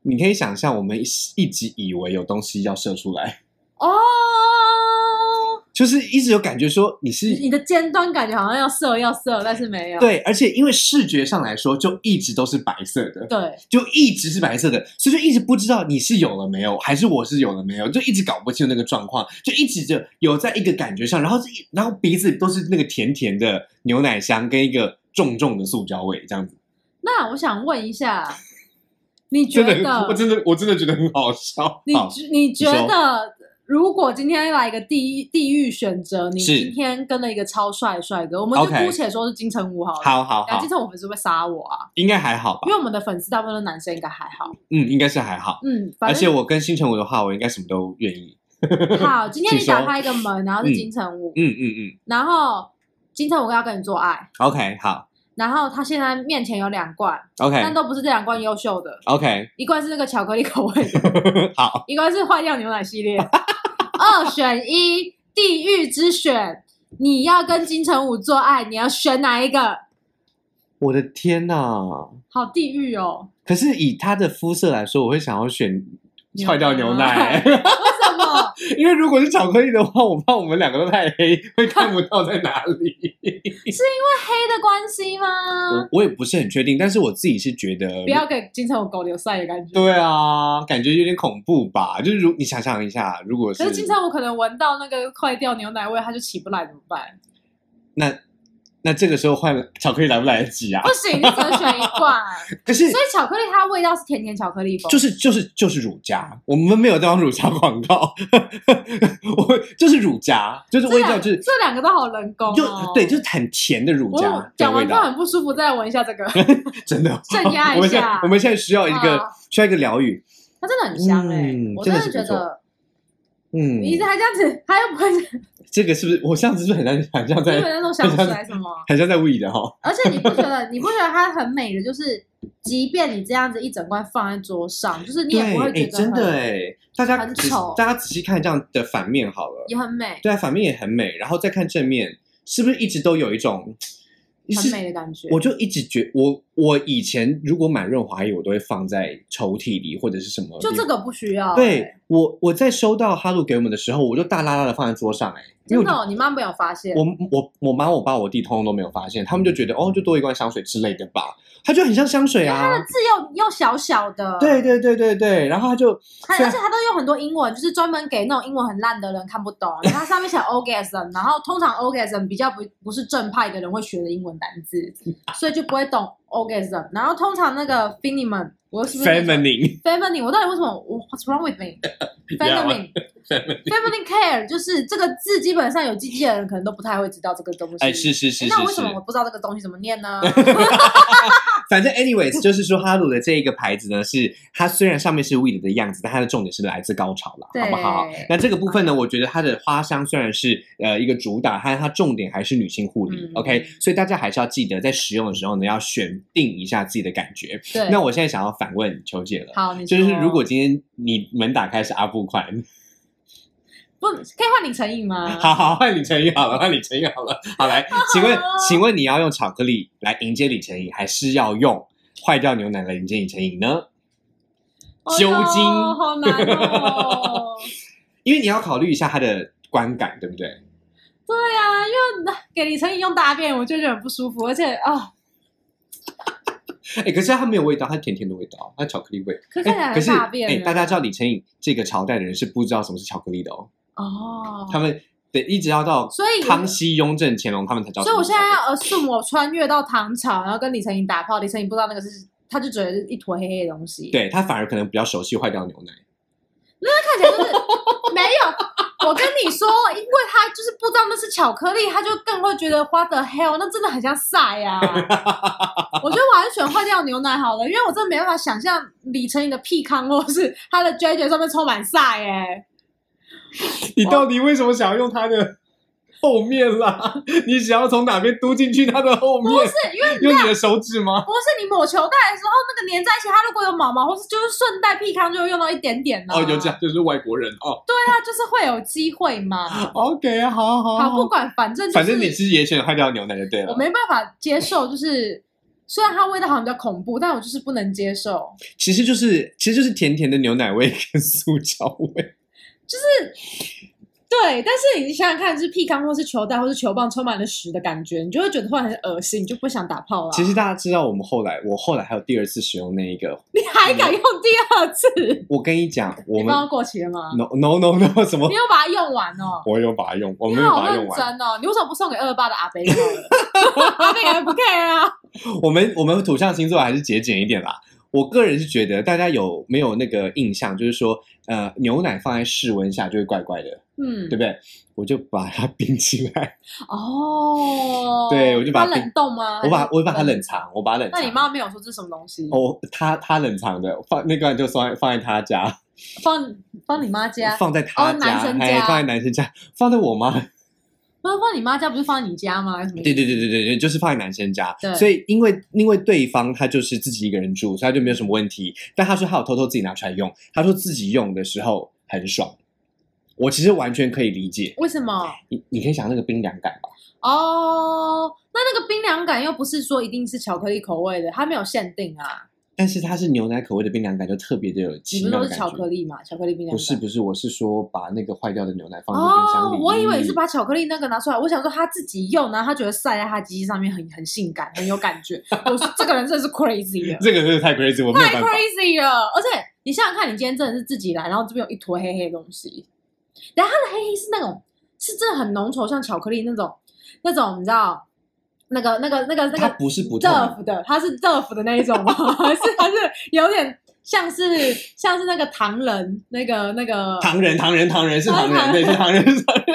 你可以想象我们一一直以为有东西要射出来，
哦，
就是一直有感觉说你是
你的尖端感觉好像要射要射，但是没有。
对，而且因为视觉上来说就一直都是白色的，
对
就一直是白色的，所以就一直不知道你是有了没有，还是我是有了没有，就一直搞不清楚那个状况，就一直就有在一个感觉上，然后是一然后鼻子都是那个甜甜的牛奶香跟一个重重的塑胶味，这样子，
那我想问一下，你觉
真
得
的，我真的我真的觉得很好笑。
你
好
觉你觉
你
得，如果今天来一个地地域选择，你
是
今天跟了一个超帅的帅哥，我们就
OK
姑且说是金城武好了。
好好
然
好
后金，城武粉丝会杀我啊，
应该还好吧
因？为我们的粉丝大部分都男生，应该还好。
嗯，应该是还好。
嗯，
而
反
且
正
我跟星辰武的话，我应该什么都愿意。
好，今天你
请说
打开一个门，然后是金城武，
嗯嗯嗯
然后金城武要跟你做爱，
，OK，好
然后他现在面前有两罐，但
，OK
都不是这两罐优秀的，
OK，
一罐是那个巧克力口味的，
好，
一罐是坏掉牛奶系列，二选一，地狱之选。你要跟金城武做爱，你要选哪一个？
我的天哪、
好地狱哦！
可是以他的肤色来说，我会想要选坏掉牛奶，
为什么？
因为如果是巧克力的话，我怕我们两个都太黑，会看不到在哪 里。
黑的关系吗？
我我也不是很确定，但是我自己是觉得，
嗯不要给金城武狗留赛的感觉。
对啊，感觉有点恐怖吧？就是如你想象一下，如果
可是金城武可能闻到那个坏掉牛奶味，他就起不来，怎么办？
那那这个时候换巧克力来不来得及啊
不？行，你只能选一 罐。
可是
所以巧克力它味道是甜甜巧克力风，
就是就是就是乳加，我们没有在帮乳加广告， 我就是乳加，就是
这
味
两
道就是
这两个都好人工、哦。
就对，就是很甜的乳
我
加的
讲
味
完之
道
后。很不舒服，再来闻一下这个，
真的
镇压
我
一下
们现在我们现在需要一个、
啊
需要一个疗愈。
它真的很香哎、
嗯
我
真的
真的
是
觉
不错
得
嗯，
你还这样子，他又不会，你
这个是不是我上次是不是很像很像
以为
在
那种香水还是什么？
很像在 we 的哈？
而且你不觉得你不觉得它很美的，就是即便你这样子一整罐放在桌上，就是你
对，
也不会
哎、
觉得
真的
很
哎，大家
很
仔细
丑
大家仔细看这样的反面好了，
也很美。
对啊，反面也很美，然后再看正面，是不是一直都有一种
很美的感觉。
我就一直觉我我以前如果买润滑液，我都会放在抽屉里或者是什么地
就
方。
这个不需要、哎
对，我我在收到哈鲁给我们的时候，我就大拉拉的放在桌上、哎，因为我
真的
就
哦、你妈没有发现。
我我我妈、我爸、我弟通通都没有发现，他们就觉得哦，就多一罐香水之类的吧，它就很像香水
它的
啊。
字又又小小的，
对对对对对，然后它就
它，
虽
而
然
且它都用很多英文，就是专门给那种英文很烂的人看不懂。然后它上面写 orgasm，然后通常 orgasm 比较不不是正派的人会学的英文单字，所以就不会懂 orgasm。然后通常那个 feminine，我是不是
feminine，
feminine？我到底为什么我 What's wrong with me？feminine feminine care 就是这个字，基本上有鸡鸡的人可能都不太会知道这个东西。
哎，是是是是
诶那为什
是
么。我不知道这个东西怎么 念呢？
反正，anyways，就是说哈鲁的这一个牌子呢，是它虽然上面是 weed 的样子，但它的重点是来自高潮啦，
对
好不好？那这个部分呢，我觉得它的花香虽然是呃一个主打，但它重点还是女性护理、
嗯
OK，所以大家还是要记得在使用的时候呢，要选定一下自己的感觉。
对，
那我现在想要反问球姐了，
好，你
就是如果
说
今天你门打开是阿布款，
不可以换你成瘾吗？
好好换李晨宇好了，换李晨宇好了，好 来，请问请问你要用巧克力来迎接李晨宇，还是要用坏掉牛奶来迎接李晨宇呢？
哦
酒
哟
精
好难 哦。
因为你要考虑一下它的观感，对不对？
对啊，因为给李晨宇用大便，我就觉得很不舒服，而且啊、哦，
哎，可是它没有味道，它甜甜的味道，它巧克力味。
可是看起
哎
来
可
很
是
大便
哎，
啊
大家知道李晨宇这个朝代的人是不知道什么是巧克力的哦，
哦，
他们得一直要到
所以
康熙、雍正、乾隆他们才知道
所
什
以
么是巧
我现
克力。
在要呃，送我穿越到唐朝，然后跟李晨宇打炮，李晨宇不知道那个是，他就觉得是一坨黑黑的东西，，
对他反而可能比较熟悉坏掉牛奶。
看起来就是没有。我跟你说，因为他就是不知道那是巧克力，他就更会觉得 what the hell，那真的很像晒 呀、我觉得我还是选坏掉牛奶好了，因为我真的没办法想象李晨宇的屁康或是他的 JJ 上面充满晒哎、
你到底为什么想要用它的后面啦？ 你想要从哪边嘟进去它的后面？
不是因为
用你的手指吗？
不是你抹球袋的时候，那个粘在一起，它如果有毛毛，或是就是顺带屁康就会用到一点点呢、
哦，有这，样就是外国人哦。
对啊，就是会有机会嘛。
OK，好好
好，不管，反正、就
哦
是、
反正你是也选坏掉牛奶就对了啊
我。没办法接受，就是虽然它味道好像比较恐怖，但我就是不能接受。
其实就是其实就是甜甜的牛奶味跟塑胶味。
对，但是你想想看，就是屁康或是球袋或是球棒充满了屎的感觉，你就会觉得突然很恶心，你就不想打炮 了。啊
其实大家知道，我们后来我后来还有第二次使用那一个。
你还敢用第二次？
我跟你讲，我
你
们
帮它过期了吗？
no no no no 什么
你？又把它用完哦。
我有把它用，我
你
没有
好
把它
认
用完。
真哦！你为什么不送给二八的阿贝就好了？ 阿贝感觉不 care 啊。
我们我们土象星座还是节俭一点啦。我个人是觉得，大家有没有那个印象，就是说，呃，牛奶放在室温下就会怪怪的，
嗯
对，不对？我就把它 冰起来，
哦，
对我就把它
它冷冻吗？
我把我把它冷
藏。
藏，我把它冷
啊嗯那你
藏。
妈没有说这是什么东西？
哦，他他冷藏的，放那罐就放在放在他家，
放放你妈家，
放在他
哦男
家，
生
哎，
家
放在男生家，放在我妈
不是放你妈家，不是放你家吗？还是什么意思？
对对对对对对，就是放在男生家。
对
所以因为因为对方他就是自己一个人住，所以他就没有什么问题。但他说他有偷偷自己拿出来用，他说自己用的时候很爽。我其实完全可以理解，
为什么？
你你可以想那个冰凉感吧？
哦，那那个冰凉感又不是说一定是巧克力口味的，它没有限定啊。
但是它是牛奶口味的冰凉感，就特别的有
你
奇
不是
妙
说
的感
是巧克
觉。
力嘛？巧克力冰凉
不
感
是不是，我是说把那个坏掉的牛奶放进冰箱
哦
里。，
我以为是把巧克力那个拿出来，我想说他自己用，然后他觉得晒在他鸡鸡上面很很性感，很有感觉。我说这个人真的是 crazy 的，
嗯这个真的太 crazy，我没有
太
办法。
crazy 了！而且你想想看，你今天真的是自己来，然后这边有一坨黑黑的东西，但它的黑黑是那种是真的很浓稠，像巧克力那种那种，你知道那个那个那个那
它
个
不是不透明，
豆的，它是豆腐的那一种 吗？还是还是有点像是像是那个糖人那个那个
糖人糖人糖人是
它
糖
是
人，
糖
对是糖人是糖人。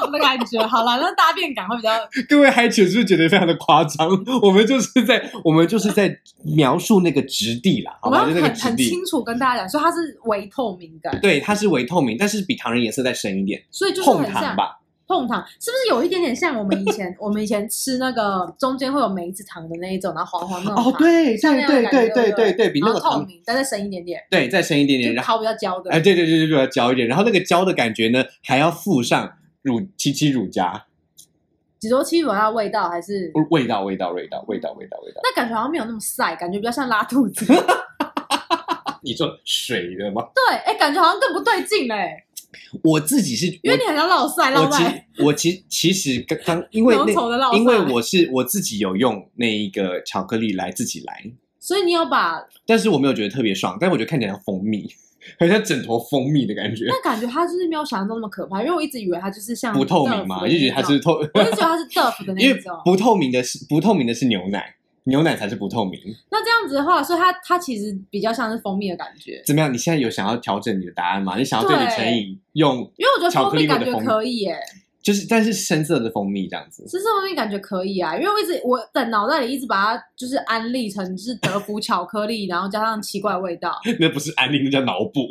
豆腐的感觉？好了，那大便感会比较
各位嗨球是不是觉得非常的夸张？我们就是在我们就是在描述那个质地啦，好
我
吧，
们
就那
要
个
很
质
很
地。
清楚跟大家讲说它是微透明感，
对，它是微透明，但是比糖人颜色再深一点，
所以就是
碰
很像
糖。吧。
碰糖是不是有一点点像我们以前 我们以前吃那个中间会有梅子糖的那一种，然后黄黄那种
哦，
糖，
对
像那
对
样的
对对
感
对
觉对
对
对
对，比那
然
个
后透
糖
明，但再深一点点，
对再深一点点，
就
然后
烤比较焦的。
哎，对对对对，比较焦一点，然后那个焦的感觉呢，还要附上乳七七乳加，
几周七软辣味道还是？
味道，味道，味道，味道，味道，味道。
那感觉好像没有那么晒，感觉比较像拉肚 子。
你说水的吗？
对，哎、感觉好像更不对劲嘞、
我自己是，
因为你很像落晒，
我
落
我
晒，
其我其其实刚刚因为
浓稠
那
的落晒。
因为，我是我自己有用那一个巧克力来自己来，
所以你有把
但是我没有觉得特别爽，但我觉得看起来像蜂蜜，很像枕头蜂蜜的感觉，
那感觉它就是没有想象中那么可怕，因为我一直以为它就是像
不透明嘛，
豆腐的那种
就觉得它是，透，
我就觉得它是豆腐的
因
那
为
种。
不透明的是不透明的是牛奶，牛奶才是不透明。
那这样子的话，所以它它其实比较像是蜂蜜的感觉，
怎么样？你现在有想要调整你的答案吗？你想要对你
对
成瘾用，
因为我觉得
巧
蜂
克力
蜜
味的
感觉
蜂蜜
可以耶、
就是但是深色的蜂蜜这样子。
其实蜂蜜感觉可以啊，因为我一直我在脑袋里一直把它就是安利成就是德芙巧克力，然后加上奇怪的味道，
那不是安利，那叫脑补。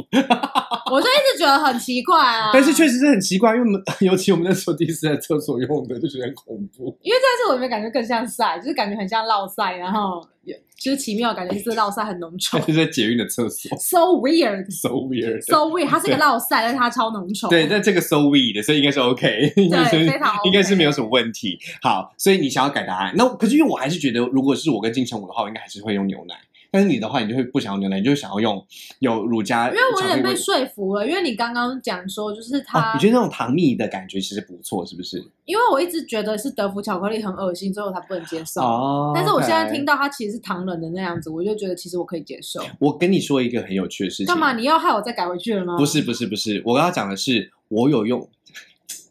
我就一直觉得很奇怪啊。
但是确
实，
实是很奇怪，因为我们 尤其我们那时候第一次在厕所用的，就觉得很恐
哦
怖。
但是我没有感觉更像晒，就是感觉很像烙晒，然后有就是奇妙的感觉就是烙晒很浓
它
稠
就在捷运的厕所
，so
，so
weird，so
weird。
weird，它是一个烙晒，但是它超浓稠。
对，但这个 so weird 的，所以应该是 OK，应 该是
非常 OK
应该是没有什么问题。好，所以你想要改答案，那可是因为我还是觉得，如果是我跟金城武的话，我应该还是会用牛奶。但是你的话，你就会不想要牛奶，你就会想要用有乳加，
因为我有点
巧克力
被
味
说服了，因为你刚刚讲说，就是
哦
它，，
你觉得那种糖蜜的感觉其实不错，是不是？
因为我一直觉得是德芙巧克力很恶心，所以我才不能接受。
哦
但是我现在听
到，
到它其实是糖人的那样子，我就觉得其实我可以接受。
我跟你说一个很有趣的事情。啊
干嘛？你要害我再改回去了吗？
不是，不是不是，我要讲的是，我有用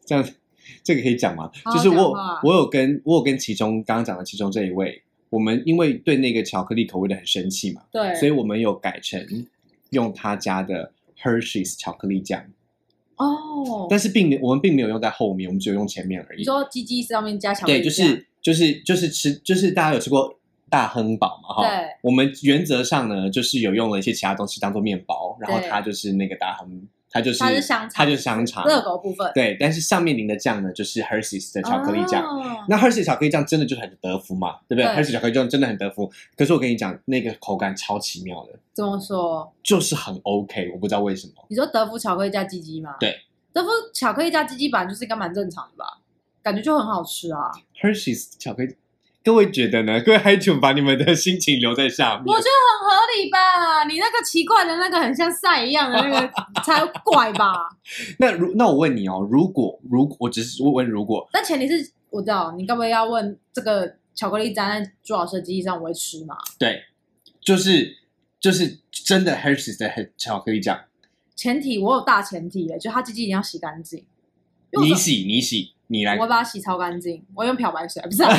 这样，这个可以讲吗？
好
就是
哦讲
我
话
我有跟我有跟其中刚刚讲的其中这一位，我们因为对那个巧克力口味的很生气嘛，
对，
所以我们有改成用他家的 Hershey's 巧克力酱，
哦，
但是并没我们并没有用在后面，我们只有用前面而
你
已。
说鸡鸡上面加巧克力
对，
酱，
就是就是就是吃，就是大家有吃过大亨堡嘛，哈。
对
我们原则上呢，就是有用了一些其他东西当做面包，然后
对
它就是那个大亨，它就是
它是香肠
它就是香肠，
热狗部分
对，但是上面淋的酱呢，就是 Hershey's 的巧克力酱。
哦
那 Hershey 巧克力酱真的就很德芙嘛，对不对
对
h e r s h e y 巧克力酱真的很德芙。可是我跟你讲，那个口感超奇妙的，
怎么说？
就是很 OK，我不知道为什么。
你说德芙巧克力加鸡鸡吗？
对，
德芙巧克力加鸡鸡本来就是应该蛮正常的吧，感觉就很好吃啊。
Hershey's 巧克力，各位觉得呢？各位还请把你们的心情留在下面
我。觉得很合理吧？你那个奇怪的那个很像晒一样 的那个才怪吧？
那如那我问你哦，如果如果我只是问如果
但前提是我知道你该不会要问这个巧克力粘在朱老师的记忆上我会吃吗？
对，就是就是真的 Hershey's 的巧克力酱，
前提我有大前提耶，就它鸡鸡一定要洗干净。因为
你
我
洗你洗你来
我，会把它洗超干净，我用漂白水，不是啊、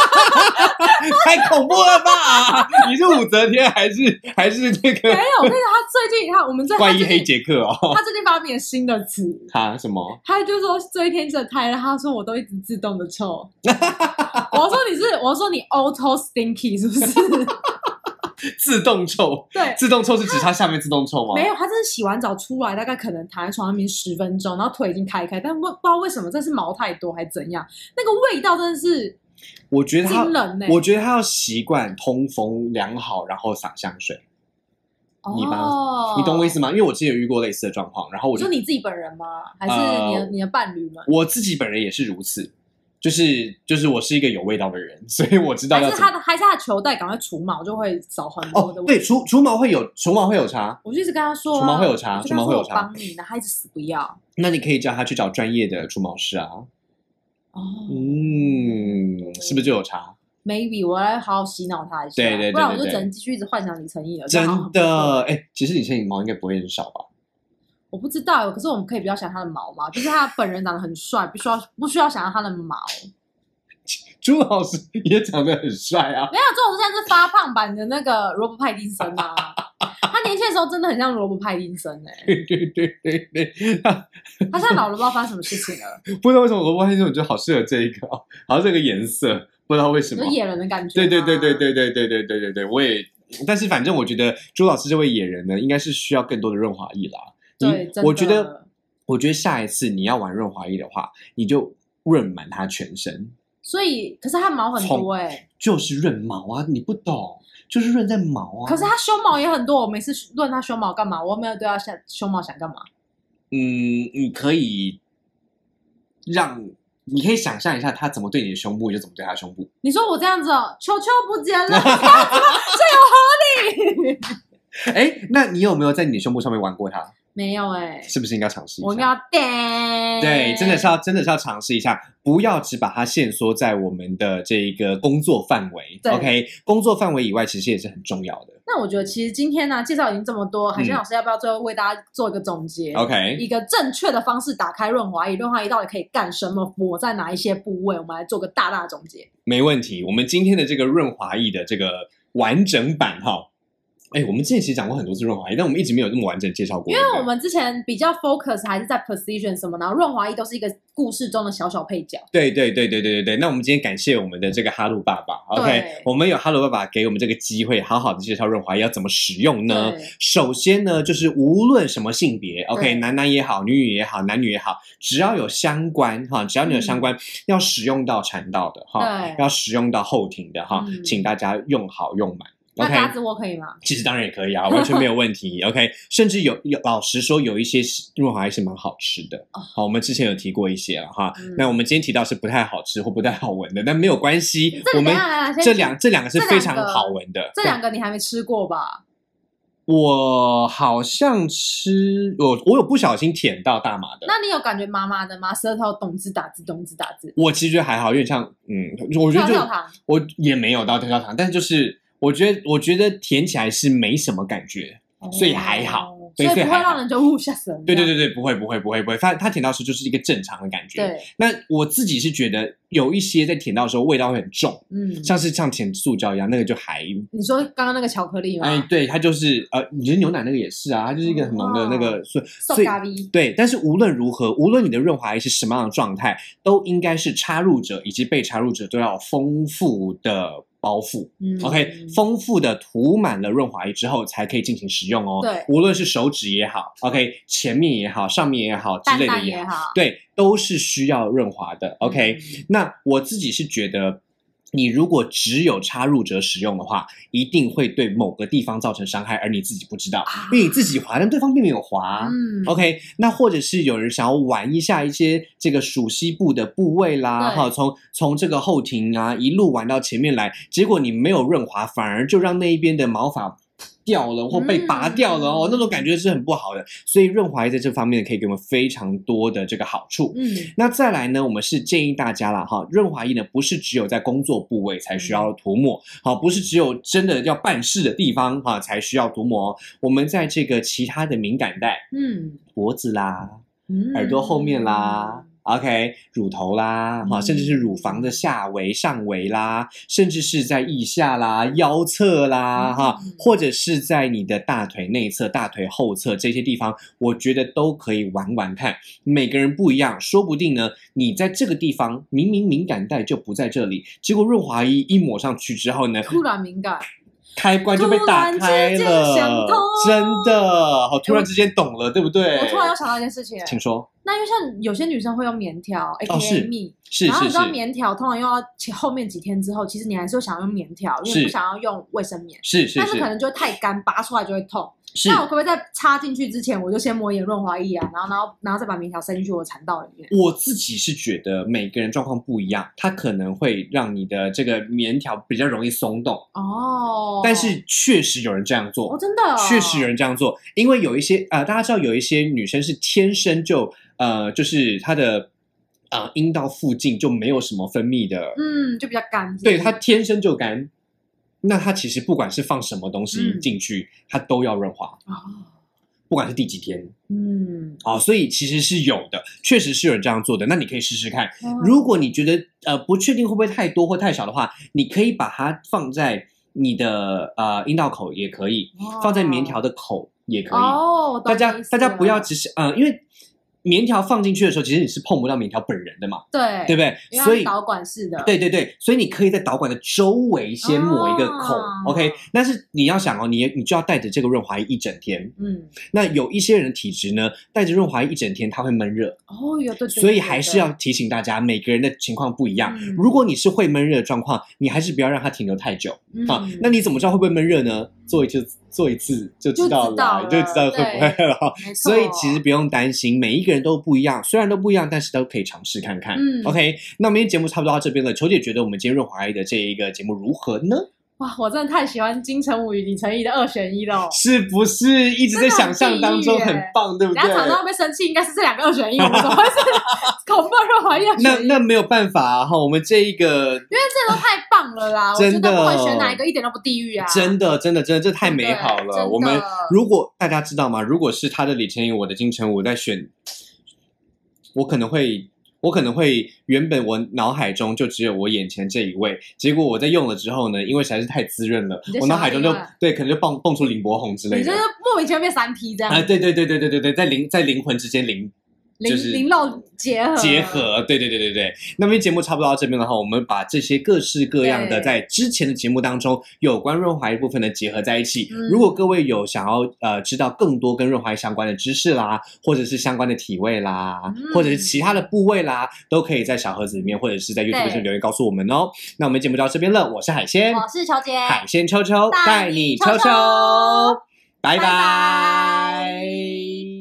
哎太恐怖了吧？ 你是武则天还是还是那
没
个
有。但是他最近他我们最
怪
他
医
最
黑
近
杰克哦？
他最近发明了新的词，
他什么？
他就说这一天真的太热，他说我都一直自动的 臭。我说你是，我说你 auto stinky 是不是？
自动臭？
对，
自动臭是指它下面自动臭吗？
没有，他真是洗完澡出来，大概可能躺在床上面十分钟，然后腿已经开开，但不不知道为什么，这是毛太多还是怎样，那个味道真的是
我觉得他
惊，人呢、
我觉得他要习惯通风良好，然后洒香水，你吧
哦、
你懂我意？思吗？因为我之前有遇过类似的状况，然后我
你
就
说你自己本人吗？还是你的、
呃
你的伴侣们？
我自己本人也是如此，就是就是我是一个有味道的人，所以我知道
还
要
是
怎
他
么。
的还是他的球袋赶快除毛就会少很多
哦
的，味
对，
道。
除除毛会有除毛会有茶，
我就一直跟他说、啊，
除毛会有差
我就跟他
除毛会有
说
差
我帮你，然后他一直死不要。
那你可以叫他去找专业的除毛师啊。
哦、
嗯，是不是就有茶？
m a y b e 我来好好洗脑他一下，
对对对
不然我就
对
只
对
能继续一直幻想李成义了。这样好哦
真
像很不对
的，哎、其实你现在毛应该不会很少吧？
我不知道，可是我们可以不要想他的毛嘛，就是他本人长得很帅，不需要不需要想要他的毛。
朱老师 也长得很帅啊，
没有，这种现在是发胖版的那个罗伯派丁森啊，他年轻的时候真的很像罗伯派丁森哎、
对对对对对，
他现在老了不知道发生什么事情 了，
不知道为什么萝卜黑这种就好适合这一个哦，好像这个颜色，不知道为什
有
么。
野人的感觉。
对对对对。对对对对对对对，我也，但是反正我觉得朱老师这位野人呢，应该是需要更多的润滑液啦。你
对，真的
我觉得，我觉得下一次你要玩润滑液的话，你就润满它全身，
所以可是他毛很多哎、
就是润毛啊，你不懂，就是润在毛啊。
可是他胸毛也很多。我每次论他胸毛干嘛，我又没有对他想胸毛想干嘛。
嗯，你可以让你可以想象一下他怎么对你的胸部，你就怎么对他的胸部。
你说我这样子哦，球球不见了，这样子吗这有合理？
哎，那你有没有在你的胸部上面玩过它？
没有哎、
是不是应该尝试一下？
我应该要对
对，真的是要真的是要尝试一下，不要只把它限缩在我们的这一个工作范围。
对
OK，工作范围以外，其实也是很重要的。
那我觉得其实今天呢、介绍已经这么多，
嗯
海鲜老师要不要最后为大家做一个总结？
OK，
一个正确的方式打开润滑液，润滑液到底可以干什么？抹在哪一些部位？我们来做个大大总结。
没问题。我们今天的这个润滑液的这个完整版哈，哎，我们之前其实讲过很多次润滑液，但我们一直没有这么完整介绍过。
因为
对不对
我们之前比较 focus 还是在 position 什么，然后润滑液都是一个故事中的小小配角。
对对对对对对对，那我们今天感谢我们的这个哈鲁爸爸，OK，
对
我们有哈鲁爸爸给我们这个机会，好好的介绍润滑液要怎么使用呢
对？
首先呢，就是无论什么性别，OK，
对
男男也好，女女也好，男女也好，只要有相关哈，只要你有相关、要使用到产道的哈，
嗯对，
要使用到后庭的哈，
嗯
请大家用好用满。
那
OK，
嘎子窝可以吗？
其实当然也可以啊，完全没有问题。OK，甚 至有有老实说，有一些润滑还是蛮好吃的。
哦
好，我们之前有提过一些了哈。
嗯
那我们今天提到是不太好吃或不太好闻的，但没有关系。
这
我
个等一
们
下来来先
这两这两个是
这两
非
个
常好闻的。
这两个你还没吃过吧？
我好像吃我我有不小心舔到大麻的。
那你有感觉麻麻的吗？舌头咚吱打吱咚吱打吱，
我其实觉得还好，因为像嗯，我觉得
跳
就
跳糖。
我也没有到跳跳糖，但是就是我觉得我觉得舔起来是没什么感觉。
嗯
所以还好
哦
对
所以
所以
不会
还好
让人就误 吓死人。
对对对对，不会不会不会不会，它它舔到的时候就是一个正常的感觉。
对，
那我自己是觉得有一些在舔到的时候味道会很重，
嗯，
像是像舔塑胶一样，那个就还。
你说刚刚那个巧克力吗？
哎，对，它就是呃，你觉得牛奶那个也是啊，它就是一个很浓的那个，所以
哦送
所以
咖喱，
对。但是无论如何，无论你的润滑液是什么样的状态，都应该是插入者以及被插入者都要有丰富的包覆。
嗯
OK，丰富的涂满了润滑液之后，才可以进行使用哦。
对
无论是手指也好，OK，前面也好，上面也好之
蛋
类的
蛋也好
对，都是需要润滑的。OK，、
嗯
那我自己是觉得，你如果只有插入者使用的话，一定会对某个地方造成伤害，而你自己不知道，因为你自己滑，但对方并没有滑。
啊嗯
啊 OK，那或者是有人想要玩一下一些这个属膝部的部位啦，
对
哈，从从这个后庭啊一路玩到前面来，结果你没有润滑，反而就让那一边的毛发掉了或被拔掉了哦，
嗯
那种感觉是很不好的。所以润滑液在这方面可以给我们非常多的这个好处。
嗯，
那再来呢，我们是建议大家啦，哈，润滑液呢不是只有在工作部位才需要涂抹，好，不是只有真的要办事的地方哈才需要涂抹哦。我们在这个其他的敏感带，
嗯
脖子啦、
嗯，
耳朵后面啦。OK，乳头啦，哈，
嗯
甚至是乳房的下围、上围啦，甚至是在腋下啦、腰侧啦，
嗯
哈，或者是在你的大腿内侧、大腿后侧这些地方，我觉得都可以玩玩看。每个人不一样，说不定呢，你在这个地方明明敏感带就不在这里，结果润滑液一抹上去之后呢，
突然敏感，
开关就被打开
突然之间
了
想通，
真的，好，突然之间懂了，对不对？
我突然又想到一件事情，
请说。
那因为像有些女生会用棉条，A
哦
K
是
A 蜜，
是
然后
是
你知道
是
棉条通常用到其后面几天之后，其实你还是会想要用棉条，因
是
为不想要用卫生棉，
是是
但是可能就会太干，拔出来就会痛。
是
那我可不可以在插进去之前，我就先抹一点润滑液啊，然后然后然后再把棉条塞进去我的肠道里面？
我自己是觉得每个人状况不一样，它可能会让你的这个棉条比较容易松动，
哦，
但是确实有人这样
哦
做，
真的哦
确实有人这样做，因为有一些呃，大家知道有一些女生是天生就呃，就是她的呃阴道附近就没有什么分泌的，
嗯就比较干，
对她天生就干，那她其实不管是放什么东西
嗯
进去，她都要润滑，
哦，
不管是第几天
嗯，
啊、所以其实是有的，确实是有人这样做的，那你可以试试看。
哦
如果你觉得呃不确定会不会太多或太少的话，你可以把它放在你的呃阴道口也可以，放在棉条的口也可以。
哦，我懂
大家
你意思
大家不要
了
只是呃，因为棉条放进去的时候，其实你是碰不到棉条本人的嘛，
对
对不对？
因为它
所
是
以
导管式的，
对对对，所以你可以在导管的周围先抹一个口、
哦
o k 但是你要想哦，你你就要带着这个润滑液一整天。
嗯，
那有一些人的体质呢，带着润滑液一整天，它会闷热。
哦，有对，对
所以
对
还
对
是要提醒大家，每个人的情况不一样。
嗯
如果你是会闷热的状况，你还是不要让它停留太久、
嗯
啊。那你怎么知道会不会闷热呢？做一次做一次就知道
就知道
了，
了
就知道会不会了。
没错
所以其实不用担心，每一个人都不一样，虽然都不一样，但是都可以尝试看看。
嗯
OK，那我们今天节目差不多到这边了。球姐觉得我们今天润滑液的这一个节目如何呢？
哇，我真的太喜欢金城武与李成毅的二选一了哦。
是不是一直在想象当中
真的很地狱
很
耶
棒，对不对
人？家常常被生气，应该是这两个二选一，我们怎 么会是恐怖润滑一二
那
选一？
那没有办法啊哈、我们这一个
因为这都太棒了啦！我觉
真的
得不管选哪一个，一点都不地狱啊！
真的真的真的这太美好
真的
了。
真的
我们如果大家知道吗？如果是他的李晨宇，我的金城武在选，我可能会。我可能会原本我脑海中就只有我眼前这一位，结果我在用了之后呢，因为实在是太滋润了
你，就
我
想到
脑海中就
另外
对，可能就蹦蹦出林柏宏之类
你
的
就是莫名其妙变三 P 这样，
啊，对对对对对对对，在灵在灵魂之间灵
零
就是
零肉结 合
结。
嗯
合，对对对对对。那么节目差不多到这边的话，我们把这些各式各样的
对
在之前的节目当中有关润滑一部分的结合在一起。
嗯
如果各位有想要呃知道更多跟润滑液相关的知识啦，或者是相关的体位啦，
嗯
或者是其他的部位啦，都可以在小盒子里面或者是在 YouTube
对
上留言告诉我们哦。那我们节目就到这边了，我是海鲜，
我是乔姐，
海鲜秋秋
带
带
你
你
秋
秋秋
秋，
拜
拜
拜。